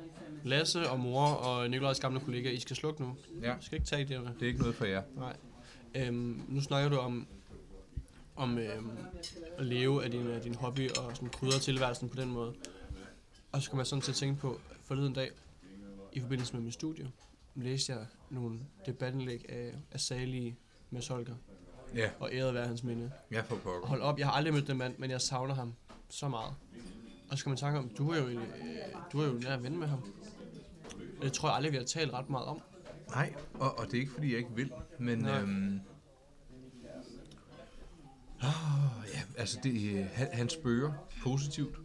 Lasse og mor og Nikolajs gamle kollega, I skal slukke nu. ja, I skal ikke tage det med. det er ikke noget for jer. Nej. Øhm, nu snakker du om, om øhm, at leve af din, af din hobby og sådan krydre tilværelsen på den måde. Og så kom jeg sådan til at tænke på forleden dag, i forbindelse med min studie, læste jeg nogle debatindlæg af, af salige Mads Holger Ja, og ærede være hans minde. jeg får pokker. Hold op, jeg har aldrig mødt den mand, men jeg savner ham så meget. Og så kan man tænke om, du er jo, egentlig, øh, du er jo nær ven med ham. Og Det tror jeg aldrig, vi har talt ret meget om. Nej, og, og det er ikke, fordi jeg ikke vil, men... Nej. Øhm, oh, ja, altså, det, øh, han, han spørger positivt.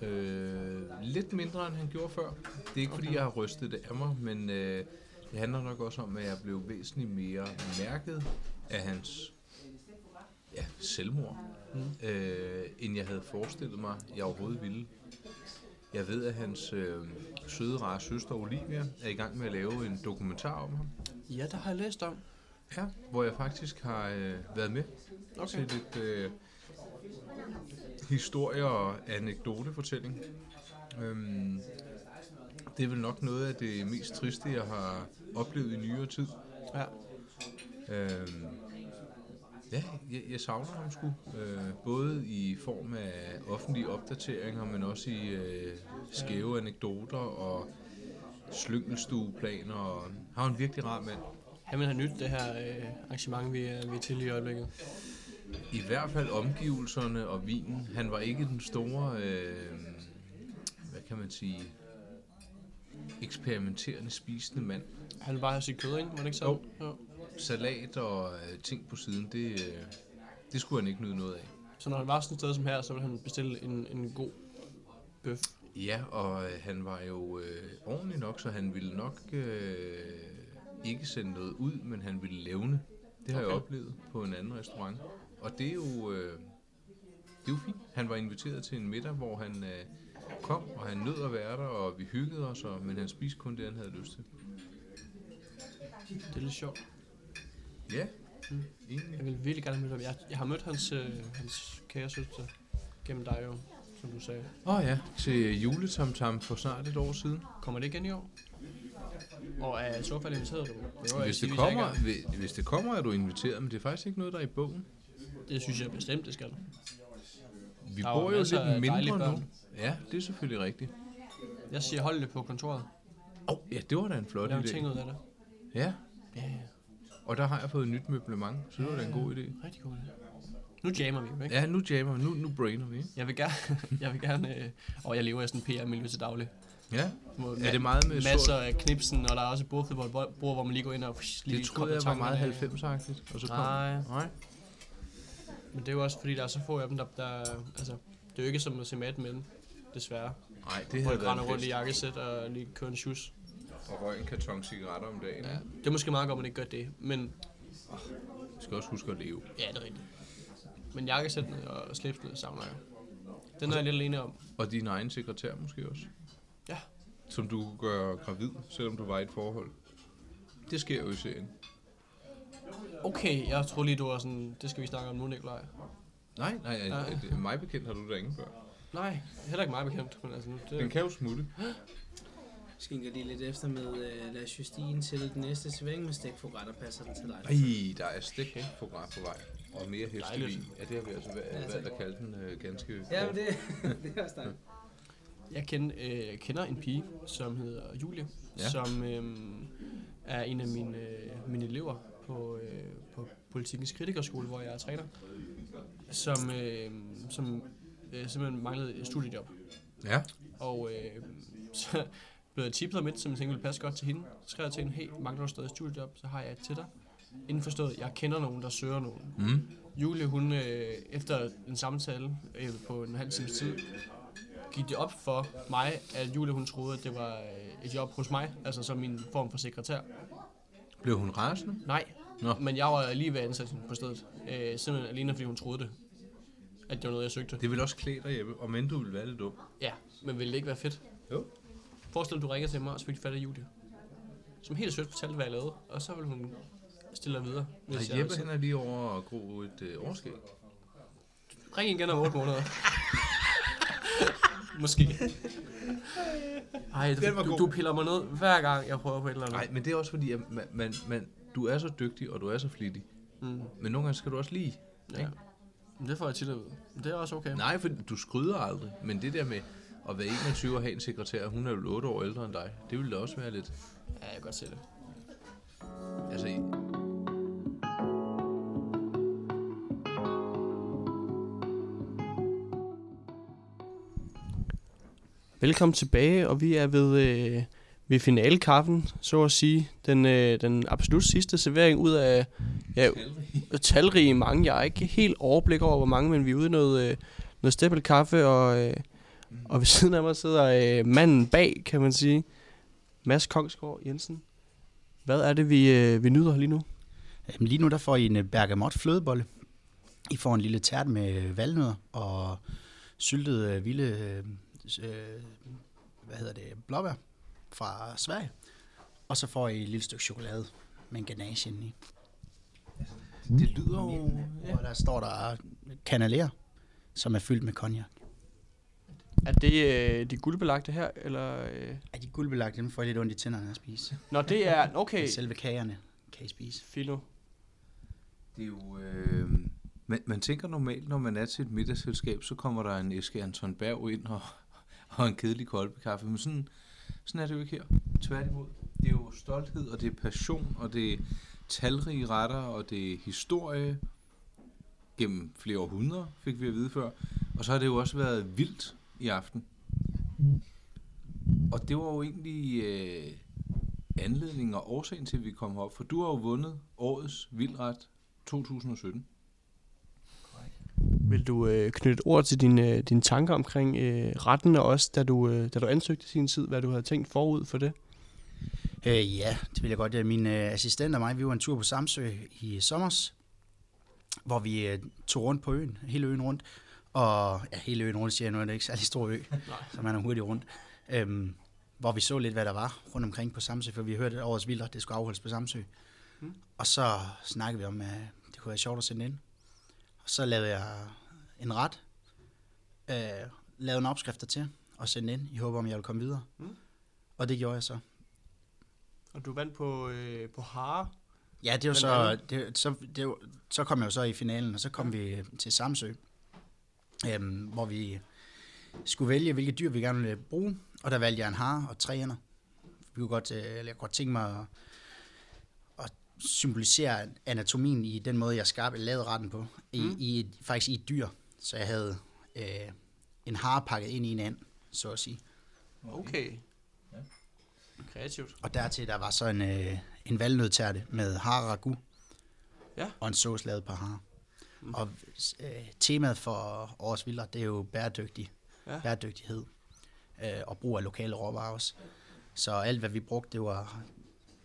Ja. Øh, lidt mindre, end han gjorde før. Det er ikke, fordi jeg har rystet det af mig, men øh, det handler nok også om, at jeg blev væsentligt mere mærket af hans ja, selvmord, mm. øh, end jeg havde forestillet mig, jeg overhovedet ville. Jeg ved, at hans øh, søde, rare søster Olivia er i gang med at lave en dokumentar om ham. Ja, der har jeg læst om. Ja, hvor jeg faktisk har øh, været med okay. til lidt øh, historie- og anekdotefortælling. Øhm, Det er vel nok noget af det mest triste, jeg har oplevet i nyere tid. Ja. Øhm, ja, jeg, jeg savner ham sgu. Øh, både i form af offentlige opdateringer, men også i øh, skæve anekdoter og slyngelstueplaner. Og, han var en virkelig rar mand. Han vil have nyt det her øh, arrangement, vi er, vi er til i øjeblikket. I hvert fald omgivelserne og vinen. Han var ikke den store, øh, hvad kan man sige, eksperimenterende spisende mand. Han vil bare have sit kød ind, var det ikke så? Jo. jo. Salat og øh, ting på siden, det, øh, det skulle han ikke nyde noget af. Så når han var sådan et sted som her, så ville han bestille en, en god bøf. Ja, og øh, han var jo øh, ordentlig nok, så han ville nok øh, ikke sende noget ud, men han ville levne. Det har okay. jeg oplevet på en anden restaurant. Og det er jo øh, det er jo fint. Han var inviteret til en middag, hvor han øh, kom, og han nød at være der, og vi hyggede os, og, men han spiste kun det, han havde lyst til. Det er lidt sjovt. Ja, Mm. egentlig. Jeg vil virkelig gerne møde ham. Jeg, jeg har mødt hans, øh, hans kære søster gennem dig jo, som du sagde. Åh oh, ja, til juletamtam for snart et år siden. Kommer det igen i år? Og er jeg i så fald inviteret du? behøver Hvis ikke sige, det, jeg ikke kommer, hvi- hvis det kommer, er du inviteret, men det er faktisk ikke noget, der er i bogen. er. Det synes jeg bestemt, det skal. Vi Der er jo bor jo masser lidt af dejlige mindre nu. børn. Ja, det er selvfølgelig rigtigt. Jeg siger, hold det på kontoret. Åh, oh, ja, det var da en flot Lav idé. ting ud af det. Ja, Ja, ja. og der har jeg fået nyt møblement, så det var da en god idé. Rigtig god idé. Nu jammer vi, jo, ikke? Ja, nu jammer, nu, nu brainer vi. ikke? Jeg vil gerne, jeg vil gerne, øh, og jeg lever i sådan en PR-miljø til daglig. Ja, Hvor- er det meget med Masser sort? af knipsen, og der er også et bordfodboldbord, hvor man lige går ind og lige Det troede jeg var meget 90-agtigt, og så kom Nej. Nej. Men det er jo også fordi, der er så få af dem, der, der altså, det er jo ikke som at se Mad Men, desværre. Nej, Hvor det havde de været render en rundt i fest. jakkesæt og lige kører en shoes. Og røg en karton cigaretter om dagen. Ja. Det er måske meget godt, at man ikke gør det, men Vi skal også huske at leve. ja, det er rigtigt. Men jakkesættene og slipsene savner jeg. Den er jeg lidt alene om. Og din egen sekretær måske også. Ja. Som du gør gravid, selvom du var i et forhold. Det sker jo i serien. Okay, jeg tror lige, du var sådan, det skal vi snakke om nu, Nikolaj. Nej, nej, nej. Nej. nej. mig bekendt har du da ingen børn. Nej, heller ikke mig bekendt, men altså nu, det, Den kan jo smutte. Skænker lige lidt efter med, uh, lad Justine sætte den næste servering med stegforret og passer den til dig. Ej, der er stikprogram på vej. Og mere hestevin. Ja, det har vi altså valgt valgt at kalde den øh, ganske Ja, kort. men det, det er også dig. Jeg kender, øh, kender en pige, som hedder Julie, Ja. ja. som øh, er en af mine, øh, mine elever på, øh, på Politikens Kritikerskole, hvor jeg er træner, som, øh, som øh, simpelthen manglede et studiejob. Ja. Og øh, så blev jeg tippet om et, som jeg tænkte ville passe godt til hende. Så skrev jeg til hende, hey, mangler du stadig et studiejob, så har jeg et til dig. Indforstået, jeg kender nogen, der søger nogen. Mm. Julie, hun øh, efter en samtale øh, på en halv times tid, gik det op for mig, at Julie hun troede, at det var øh, et job hos mig, altså som min form for sekretær. Blev hun rasende? Nej, Nå. men jeg var lige ved ansættelsen på stedet, øh, simpelthen alene fordi hun troede det, at det var noget, jeg søgte. Det vil også klæde dig, Jeppe, om end du vil være lidt dum. Ja, men ville det ikke være fedt? Jo. Forestil dig, du ringer til mig, og så fik du fat af Julie, som helt sødt fortalte, hvad jeg lavede, og så ville hun stille dig videre. Og Hvis Jeppe, jeg, han er lige over at gro et øh, overskæg. ring igen om 8 måneder. Måske. Ej, Den var du, du, god. du piller mig ned hver gang, jeg prøver på et eller andet. Nej, men det er også fordi, at man, man, man, du er så dygtig, og du er så flittig. Mm, Men nogle gange skal du også lige. ja. Men det får jeg tit at vide. Men Det er også okay. Nej, for du skryder aldrig. Men det der med at være 21 og have en sekretær, hun er jo 8 år ældre end dig. Det ville da også være lidt... Ja, jeg kan godt se det. Altså, Velkommen tilbage, og vi er ved, øh, ved finalekaffen, så at sige. Den, øh, den absolut sidste servering ud af ja, talrige mange. Jeg har ikke helt overblik over, hvor mange, men vi er ude i noget, øh, noget steppelkaffe, og, øh, og ved siden af mig sidder øh, manden bag, kan man sige. Mads Kongsgaard Jensen. Hvad er det, vi, øh, vi nyder lige nu? Jamen, lige nu der får I en øh, bergamot flødebolle. I får en lille tært med øh, valnødder og syltede øh, vilde øh, s- øh, hvad hedder det, blåbær fra Sverige. Og så får I et lille stykke chokolade med en ganache indeni. det lyder jo... øh, Og der står der kanaler, som er fyldt med cognac. Er det øh, de guldbelagte her, eller... Øh? Er de guldbelagte, dem får jeg lidt ondt i tænderne at spise. Nå, det er... Okay, Okay. Selve kagerne kan I spise. Fino. Det er jo... Øh, man, man tænker normalt, når man er til et middagsselskab, så kommer der en æske Anton Berg ind og, og en kedelig kolbekaffe. Men sådan, sådan er det jo ikke her. Tværtimod. Det er jo stolthed, og det er passion, og det er talrige retter, og det er historie gennem flere århundreder, fik vi at vide før. Og så har det jo også været vildt i aften. Og det var jo egentlig... Øh, anledningen og årsagen til, at vi kom herop? For du har jo vundet årets vildret 2017. Vil du øh, knytte et ord til dine øh, din tanker omkring øh, retten og også, da du, øh, da du ansøgte i sin tid, hvad du havde tænkt forud for det? Øh, ja, det vil jeg godt. Min øh, assistent og mig, vi var en tur på Samsø i sommers, hvor vi øh, tog rundt på øen, hele øen rundt. Og ja, hele øen rundt, siger jeg nu, er det ikke særlig stor ø, så man er hurtigt rundt. Øhm, hvor vi så lidt, hvad der var rundt omkring på Samsø, for vi hørte, at årets vildt, det skulle afholdes på Samsø. Mm. Og så snakkede vi om, at det kunne være sjovt at sende ind. Og så lavede jeg en ret, øh, lavede en opskrift dertil og sendte ind. Jeg håber, om jeg vil komme videre. Mm. Og det gjorde jeg så. Og du vandt på, øh, på hare. Ja, det Men var så, alle- det, så, det var, så kom jeg jo så i finalen, og så kom vi til Samsø, øhm, hvor vi skulle vælge, hvilke dyr vi gerne ville bruge, og der valgte jeg en hare og tre ænder. Vi kunne godt, øh, eller jeg kunne godt tænke mig at, at symbolisere anatomien i den måde, jeg skabte, lavede retten på, i, mm. i, et- faktisk i et dyr. Så jeg havde øh, en hare pakket ind i en and, så at sige. Okay. Kreativt. Og dertil der var så en, øh, en valnødtærte med haragu. Ja. Og en sauce lavet på har. Mm. Og øh, temaet for årets vildret, det er jo bæredygtig, Ja. ja. bæredygtighed øh, og brug af lokale råvarer også. Så alt, hvad vi brugte, det var,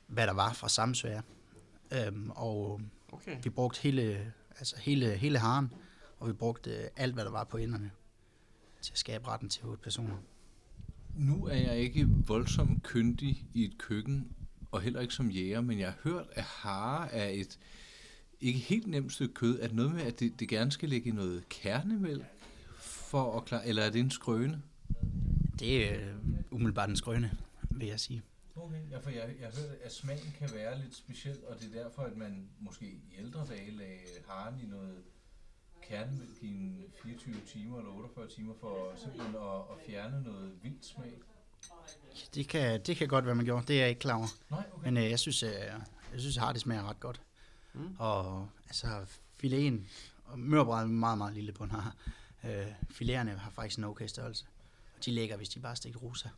hvad der var fra Samsø. af. Øhm, og Okay. vi brugte hele, altså hele, hele haren, og vi brugte øh, alt, hvad der var på enderne til at skabe retten til otte personer. Nu er jeg ikke voldsomt kyndig i et køkken, og heller ikke som jæger, men jeg har hørt, at hare er et ikke helt nemt stykke kød. Er det noget med, at det, det gerne skal ligge i noget kernemælk? For at klare, eller er det en skrøne? Det er øh, umiddelbart den skrøne, vil jeg sige. Okay, ja, for jeg, jeg hørte, at smagen kan være lidt speciel, og det er derfor, at man måske i ældre dage lagde haren i noget kernemælk i en 24 timer eller 48 timer for simpelthen at, at fjerne noget vildt smag. Det kan, det kan godt være, man gjorde. Det er jeg ikke klar over. Nej, okay. Men øh, jeg synes, øh, jeg synes, har det smager ret godt. Mm. Og altså, filéen og mørbrædet er meget, meget lille på den her. Øh, filéerne har faktisk en okay størrelse. Og de ligger, hvis de bare stikker rosa.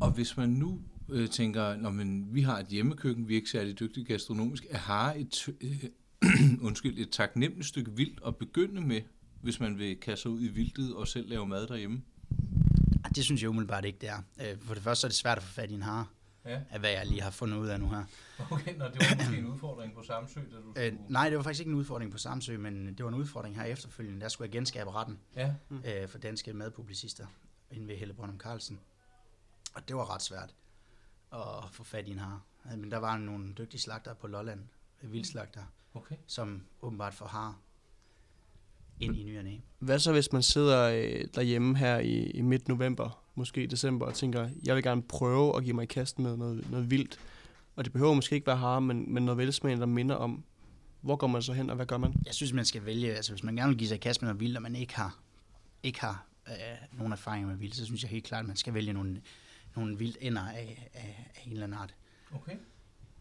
Og hvis man nu øh, tænker, når man, vi har et hjemmekøkken, vi er ikke særlig dygtige gastronomisk, er hare et, øh, undskyld, et taknemmeligt stykke vildt at begynde med, hvis man vil kaste sig ud i vildtet og selv lave mad derhjemme? Ej, Ah, Det synes jeg umiddelbart ikke, det er. Øh, for det første så er det svært at få fat i en hare. Ja. Af hvad jeg lige har fundet ud af nu her. Okay, når det var måske en udfordring på Samsø, da du Øh, nej, det var faktisk ikke en udfordring på Samsø, men det var en udfordring her efterfølgende. Der skulle jeg genskabe retten. Ja. øh, for danske madpublicister inde ved Helle Brøndum Carlsen. Og det var ret svært at få fat i en har. Men der var nogle dygtige slagter på Lolland, øh, vildslagter, Okay. som åbenbart får har ind i nyerne. Hvad så, hvis man sidder øh, derhjemme her i, i midt november, måske i december, og tænker, jeg vil gerne prøve at give mig i kast med noget, noget vildt. Og det behøver måske ikke være hare, men, men noget velsmagende, der minder om. Hvor går man så hen, og hvad gør man? Jeg synes, man skal vælge, altså hvis man gerne vil give sig i kast med noget vildt, og man ikke har, ikke har øh, nogen erfaring med vildt, så synes jeg helt klart, at man skal vælge nogle, nogle vildt ender af, af, af en eller anden art. Okay.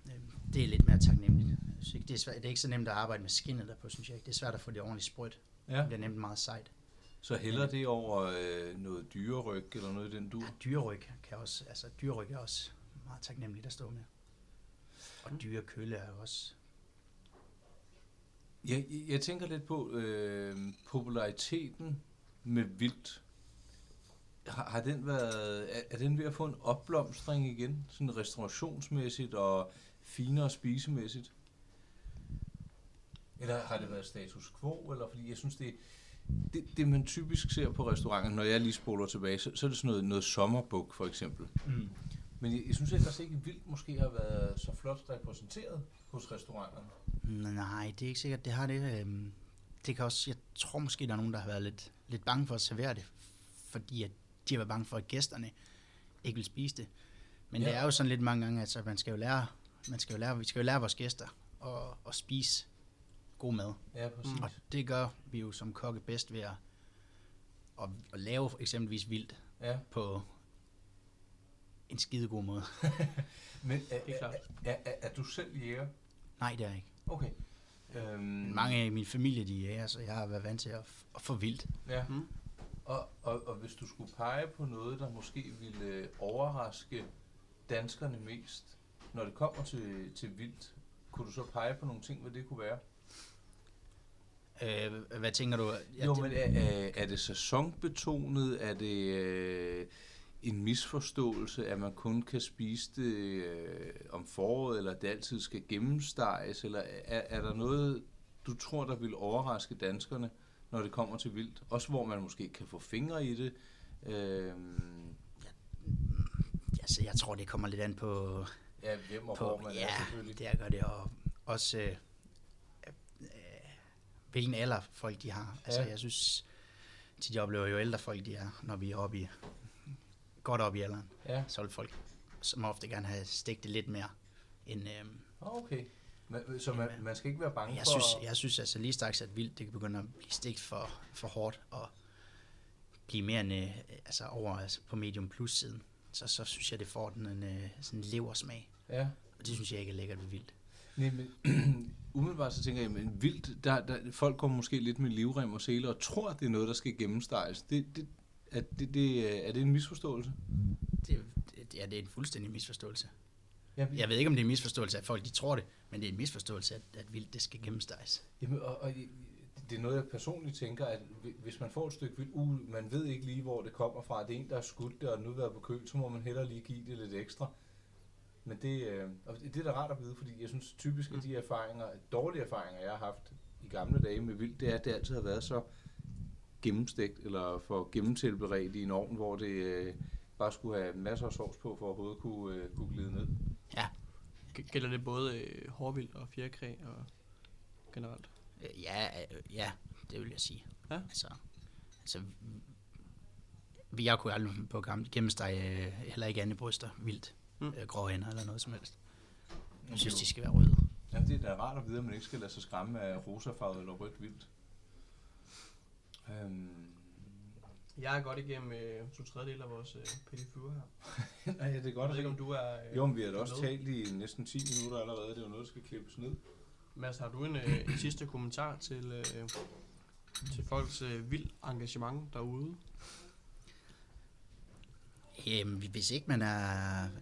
Øh, Det er lidt mere taknemmeligt. Jeg synes ikke, det, er svært, det er ikke så nemt at arbejde med skinnet derpå, synes jeg ikke. Det er svært at få det ordentligt sprødt. Ja. Det bliver nemt meget sejt. Så hælder det over øh, noget dyreryg eller noget i den dur? Ja, dyreryg kan også, altså dyreryg er også meget taknemmeligt at stå med. Og dyrekølle er også, Jeg, jeg tænker lidt på øh, populariteten med vildt. Har, har den været, er, er den ved at få en opblomstring igen, sådan restaurationsmæssigt og finere spisemæssigt? Eller har det været status quo? Eller fordi jeg synes, det, det, det man typisk ser på restauranter, når jeg lige spoler tilbage, så, så er det sådan noget, noget sommerbuk for eksempel. Mm. Men jeg, jeg synes ellers ikke, vildt måske har været så flot repræsenteret hos restauranterne. nej, det er ikke sikkert, det har det. øhm, Det kan også, jeg tror måske, der er nogen, der har været lidt, lidt bange for at servere det, fordi at de har været bange for, at gæsterne ikke vil spise det. Men ja. det Ja. er jo sådan lidt mange gange, altså man skal jo lære, man skal jo lære, vi skal jo lære vores gæster at, at spise god mad. Ja, præcis. Mm. Og det gør vi jo som kokke bedst ved at, at, at lave eksempelvis vildt Ja. på en skidegod måde. Men er, Det er klart. er, er, er du selv jæger? Nej, det er jeg ikke. Okay. Øhm, Mange af min familie, de er jæger, så jeg har været vant til at, f- at få vildt. Ja. Mm. Og, og, og hvis du skulle pege på noget, der måske ville øh, overraske danskerne mest, når det kommer til, til vildt, kunne du så pege på nogle ting, hvad det kunne være? Øh, hvad tænker du? Ja, jo, men er, er, er det sæsonbetonet? Er det øh, en misforståelse, at man kun kan spise det øh, om foråret, eller at det altid skal gennemsteges? Eller er, er der noget, du tror, der vil overraske danskerne, når det kommer til vildt? Også hvor man måske kan få fingre i det? Øh, altså, jeg tror, det kommer lidt an på, ja, hvem og hvor på man ja, er selvfølgelig. det er gør det, og også øh, øh, hvilken alder folk de har. Altså, Ja. jeg synes, tit jeg oplever jo ældre folk de er, når vi er oppe i, godt oppe i alderen. Ja. Så vil folk som ofte gerne have stegt det lidt mere. End, øh, Ah, okay. Men, så man, man skal ikke være bange jeg, for... synes, jeg synes altså lige straks, at vildt det kan begynde at blive stegt for, for hårdt og blive mere end, øh, altså over altså på medium plus siden. Så, så synes jeg, det får den en øh, sådan leversmag. Ja. Og det synes jeg ikke er lækkert ved vildt. Nej, men umiddelbart så tænker jeg, men vildt, der, der, folk kommer måske lidt med livrem og seler og tror, at det er noget, der skal gennemsteges. Det, det, er, det, det, øh, er det en misforståelse? Det, det, ja, det er en fuldstændig misforståelse. Ja, Jeg ved ikke, om det er en misforståelse, at folk de tror det, men det er en misforståelse, at, at vildt det skal gennemsteges. Jamen, og, og det er noget, jeg personligt tænker, at hvi- hvis man får et stykke vildt, uh, man ved ikke lige, hvor det kommer fra, det er en, der har skudt det, og nu været på køl, så må man hellere lige give det lidt ekstra. Men det, øh, og det det er da rart at vide, fordi jeg synes typisk, at de erfaringer, dårlige erfaringer, jeg har haft i gamle dage med vildt, det er, at det altid har været så gennemstegt, eller for gennemtilberedt i en ovn, hvor det øh, bare skulle have masser af sovs på, for at overhovedet kunne, øh, kunne glide ned. G- Gælder det både øh, hårvild og fjerkræ og generelt? Øh, Ja, øh, ja, det vil jeg sige. Ja. Altså, altså, vi- jeg kunne aldrig finde på at gem- gennemstege øh, heller ikke andet bryster vildt. Mm. Mm. Øh, grå hænder eller noget som helst. Jeg synes, de skal være røde. Jamen, det er da rart at vide, at man ikke skal lade sig skræmme af rosafarvet eller rødt vildt. Øhm, Jeg er godt igennem øh, to tredjedel af vores øh, pelifure her. ja, det er Jeg godt ved at ikke, om ikke, du er... Øh, Jo, men vi har da også med. talt i næsten 10 minutter allerede. Det er jo noget, der skal klippes ned. Mads, har du en, øh, en sidste kommentar til, øh, til folks øh, vild engagement derude? Jamen, hvis ikke man er,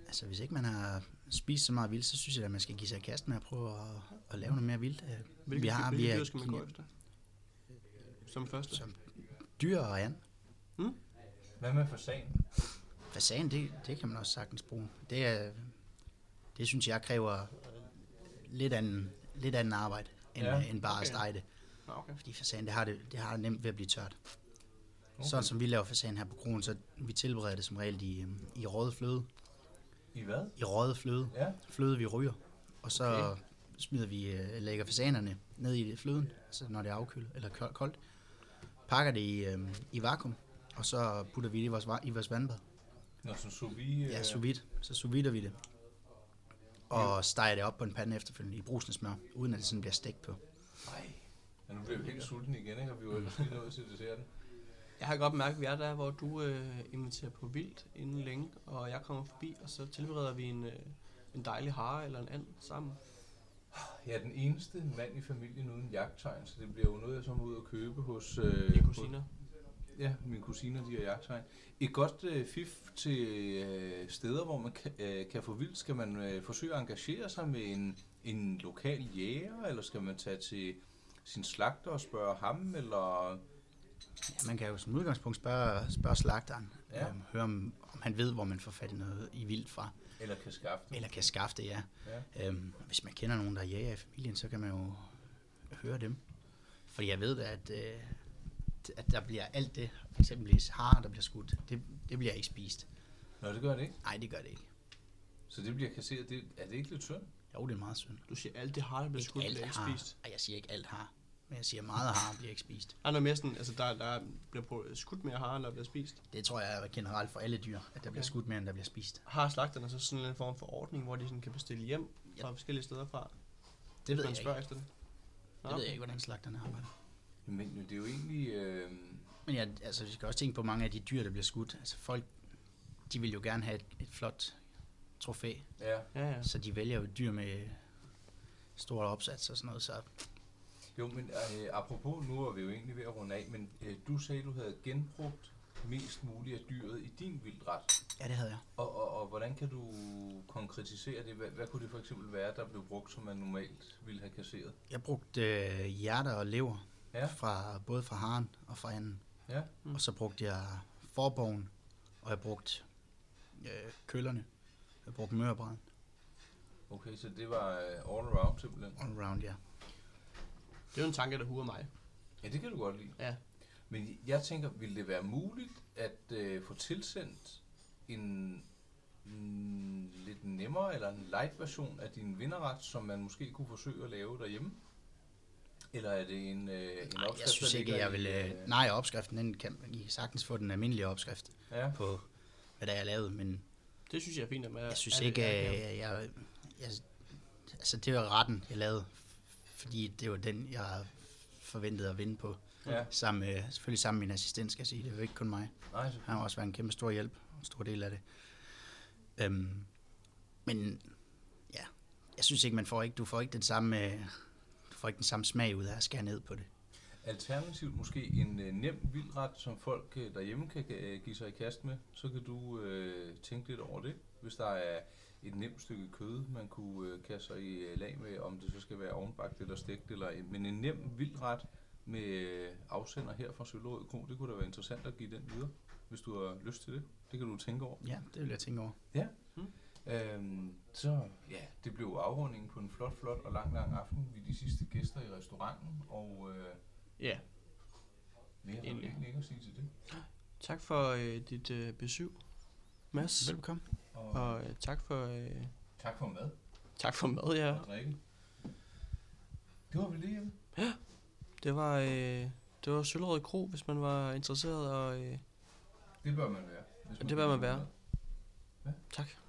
altså, hvis ikke man har spist så meget vildt, så synes jeg, at man skal give sig i kast med at prøve at, at lave noget mere vildt. Øh, Hvilke, har- hvilke er dyr skal man gå kine- efter? Som første? Som dyr og andet. Hvad med fasan? Fasan, det, det kan man også sagtens bruge. Det, er, det synes jeg kræver lidt anden, lidt anden arbejde, end, Ja, ja, end bare okay. okay. at stege det. Nå, okay. Fordi fasan, det har det, det har det nemt ved at blive tørt. Okay. Okay. Sådan som vi laver fasan her på kronen, så vi tilbereder det som regel i, øhm, i røget fløde. I hvad? I røget fløde. Ja. Fløde, vi ryger. Og så okay. smider vi, øh, lægger fasanerne ned i fløden, så når det er afkølet eller kø- koldt. Pakker det i, øh, i vakuum, og så putter vi det i vores, va- i vores vandbad. Nå, sådan sous vide. Ja, øh, sous vide. Så sous vide vi det. Og steger det op på en pande efterfølgende i brusende smør, uden at det sådan bliver stegt på. Ej. Ja, nu bliver vi helt sultne igen, ikke? Og vi er jo ellers lige nået til desserten. Jeg har godt mærket, at vi er der, hvor du øh, inviterer på vildt inden længe, og jeg kommer forbi, og så tilbereder vi en, øh, en dejlig hare eller en and sammen. Jeg er den eneste mand i familien uden jagttegn, så det bliver jo noget, jeg så må ud og købe hos... Øh, Dine hos- kusiner. Ja, mine kusiner, de har jagttegn. Et godt øh, fif til øh, steder, hvor man kan, øh, kan få vildt, skal man øh, forsøge at engagere sig med en, en lokal jæger, eller skal man tage til sin slagter og spørge ham, eller... Ja, man kan jo som udgangspunkt spørge, spørge slagteren, Ja. ja. øhm, høre om, om han ved, hvor man får fat i noget i vildt fra, Eller kan skaffe det. eller kan skaffe det, ja. ja. Øhm, hvis man kender nogen, der jager i familien, så kan man jo høre dem. Fordi jeg ved da, at, øh, at der bliver alt det, eksempelvis har, der bliver skudt, det, det bliver ikke spist. Nå, det gør det ikke. Nej, det gør det ikke. Så det bliver kasseret. Det, er det ikke lidt synd? Jo, det er meget synd. Du siger, alt det hare, der bliver Ikke skudt, alt bliver ikke har. spist. Ej, jeg siger ikke alt har. Men jeg siger, meget af haren bliver ikke spist. Ah, når mere sådan, altså der, der bliver på, øh, skudt mere har, end der bliver spist. Det tror jeg er generelt for alle dyr, at der bliver skudt mere, end der bliver spist. Har slagterne så sådan en form for ordning, hvor de sådan kan bestille hjem fra forskellige steder fra? hvis Det ved jeg man ikke. spørger efter det. Nå, Det ved jeg ikke, hvordan slagterne arbejder. Men nu, det er jo egentlig... Øh, Men jeg, altså, vi skal også tænke på mange af de dyr, der bliver skudt. Altså folk, de vil jo gerne have et, et flot trofæ, ja, Ja, ja. så de vælger jo dyr med store opsats og sådan noget. Så jo, men øh, apropos, nu er vi jo egentlig ved at runde af, men øh, du sagde, du havde genbrugt mest muligt af dyret i din vildret. ja, det havde jeg. Og, og, og hvordan kan du konkretisere det? Hvad, hvad kunne det for eksempel være, der blev brugt, som man normalt ville have kasseret? Jeg brugte øh, hjerter og lever, Ja. ja. fra, både fra haren og fra anden. Ja. Og så brugte jeg forbogen, og jeg brugte øh, køllerne. Jeg brugte mørbrænd Okay, så det var øh, all around simpelthen. all around, ja. Det er jo en tanke, der huer mig. Ja, det kan du godt lide. Ja. Men jeg tænker, ville det være muligt at øh, få tilsendt en mm, lidt nemmere eller en light version af din vinderret, som man måske kunne forsøge at lave derhjemme? Eller er det en, øh, en Ej, opskrift, jeg synes der ikke, ligger jeg vil... i, Øh, nej, opskriften, den kan I sagtens få den almindelige opskrift Ja, på, hvad der er lavet, men Det synes jeg er fint, at man jeg synes er, ikke, er, er, at jeg, jeg, Altså, det var retten, jeg lavede, fordi det var den, jeg forventede at vinde på. ja. Sammen med, selvfølgelig sammen med min assistent, skal jeg sige. Det var ikke kun mig. Nej, Han har også været en kæmpe stor hjælp, og en stor del af det. Øhm, men ja, jeg synes ikke, man får ikke, du får ikke den samme, øh, du får ikke den samme smag ud af at skære ned på det. Alternativt måske en øh, nem vildret, som folk øh, derhjemme kan øh, give sig i kast med. Så kan du øh, tænke lidt over det. Hvis der er et nemt stykke kød, man kunne øh, kaste sig i øh, lag med, om det så skal være ovenbagt eller stegt. Eller, men en nem vildret med øh, afsender her fra Søllerød Kro, det kunne da være interessant at give den videre, hvis du har lyst til det. Det kan du tænke over. Ja, det vil jeg tænke over. Hmm. Øhm, så ja, det blev afrundingen på en flot, flot og lang, lang aften. Vi er de sidste gæster i restauranten, og øh, Ja. mere har vi Egentlig. egentlig ikke at sige til det. Tak for øh, dit øh, besøg, Mads. Velkommen. Og Og øh, tak for... Øh, tak for mad. tak for mad, ja. og drikke. Det var vi lige hjemme. Det var, øh, det var Sølvrød Kro, hvis man var interesseret, og øh, Det bør man være. hvis det bør man vil være. noget. tak.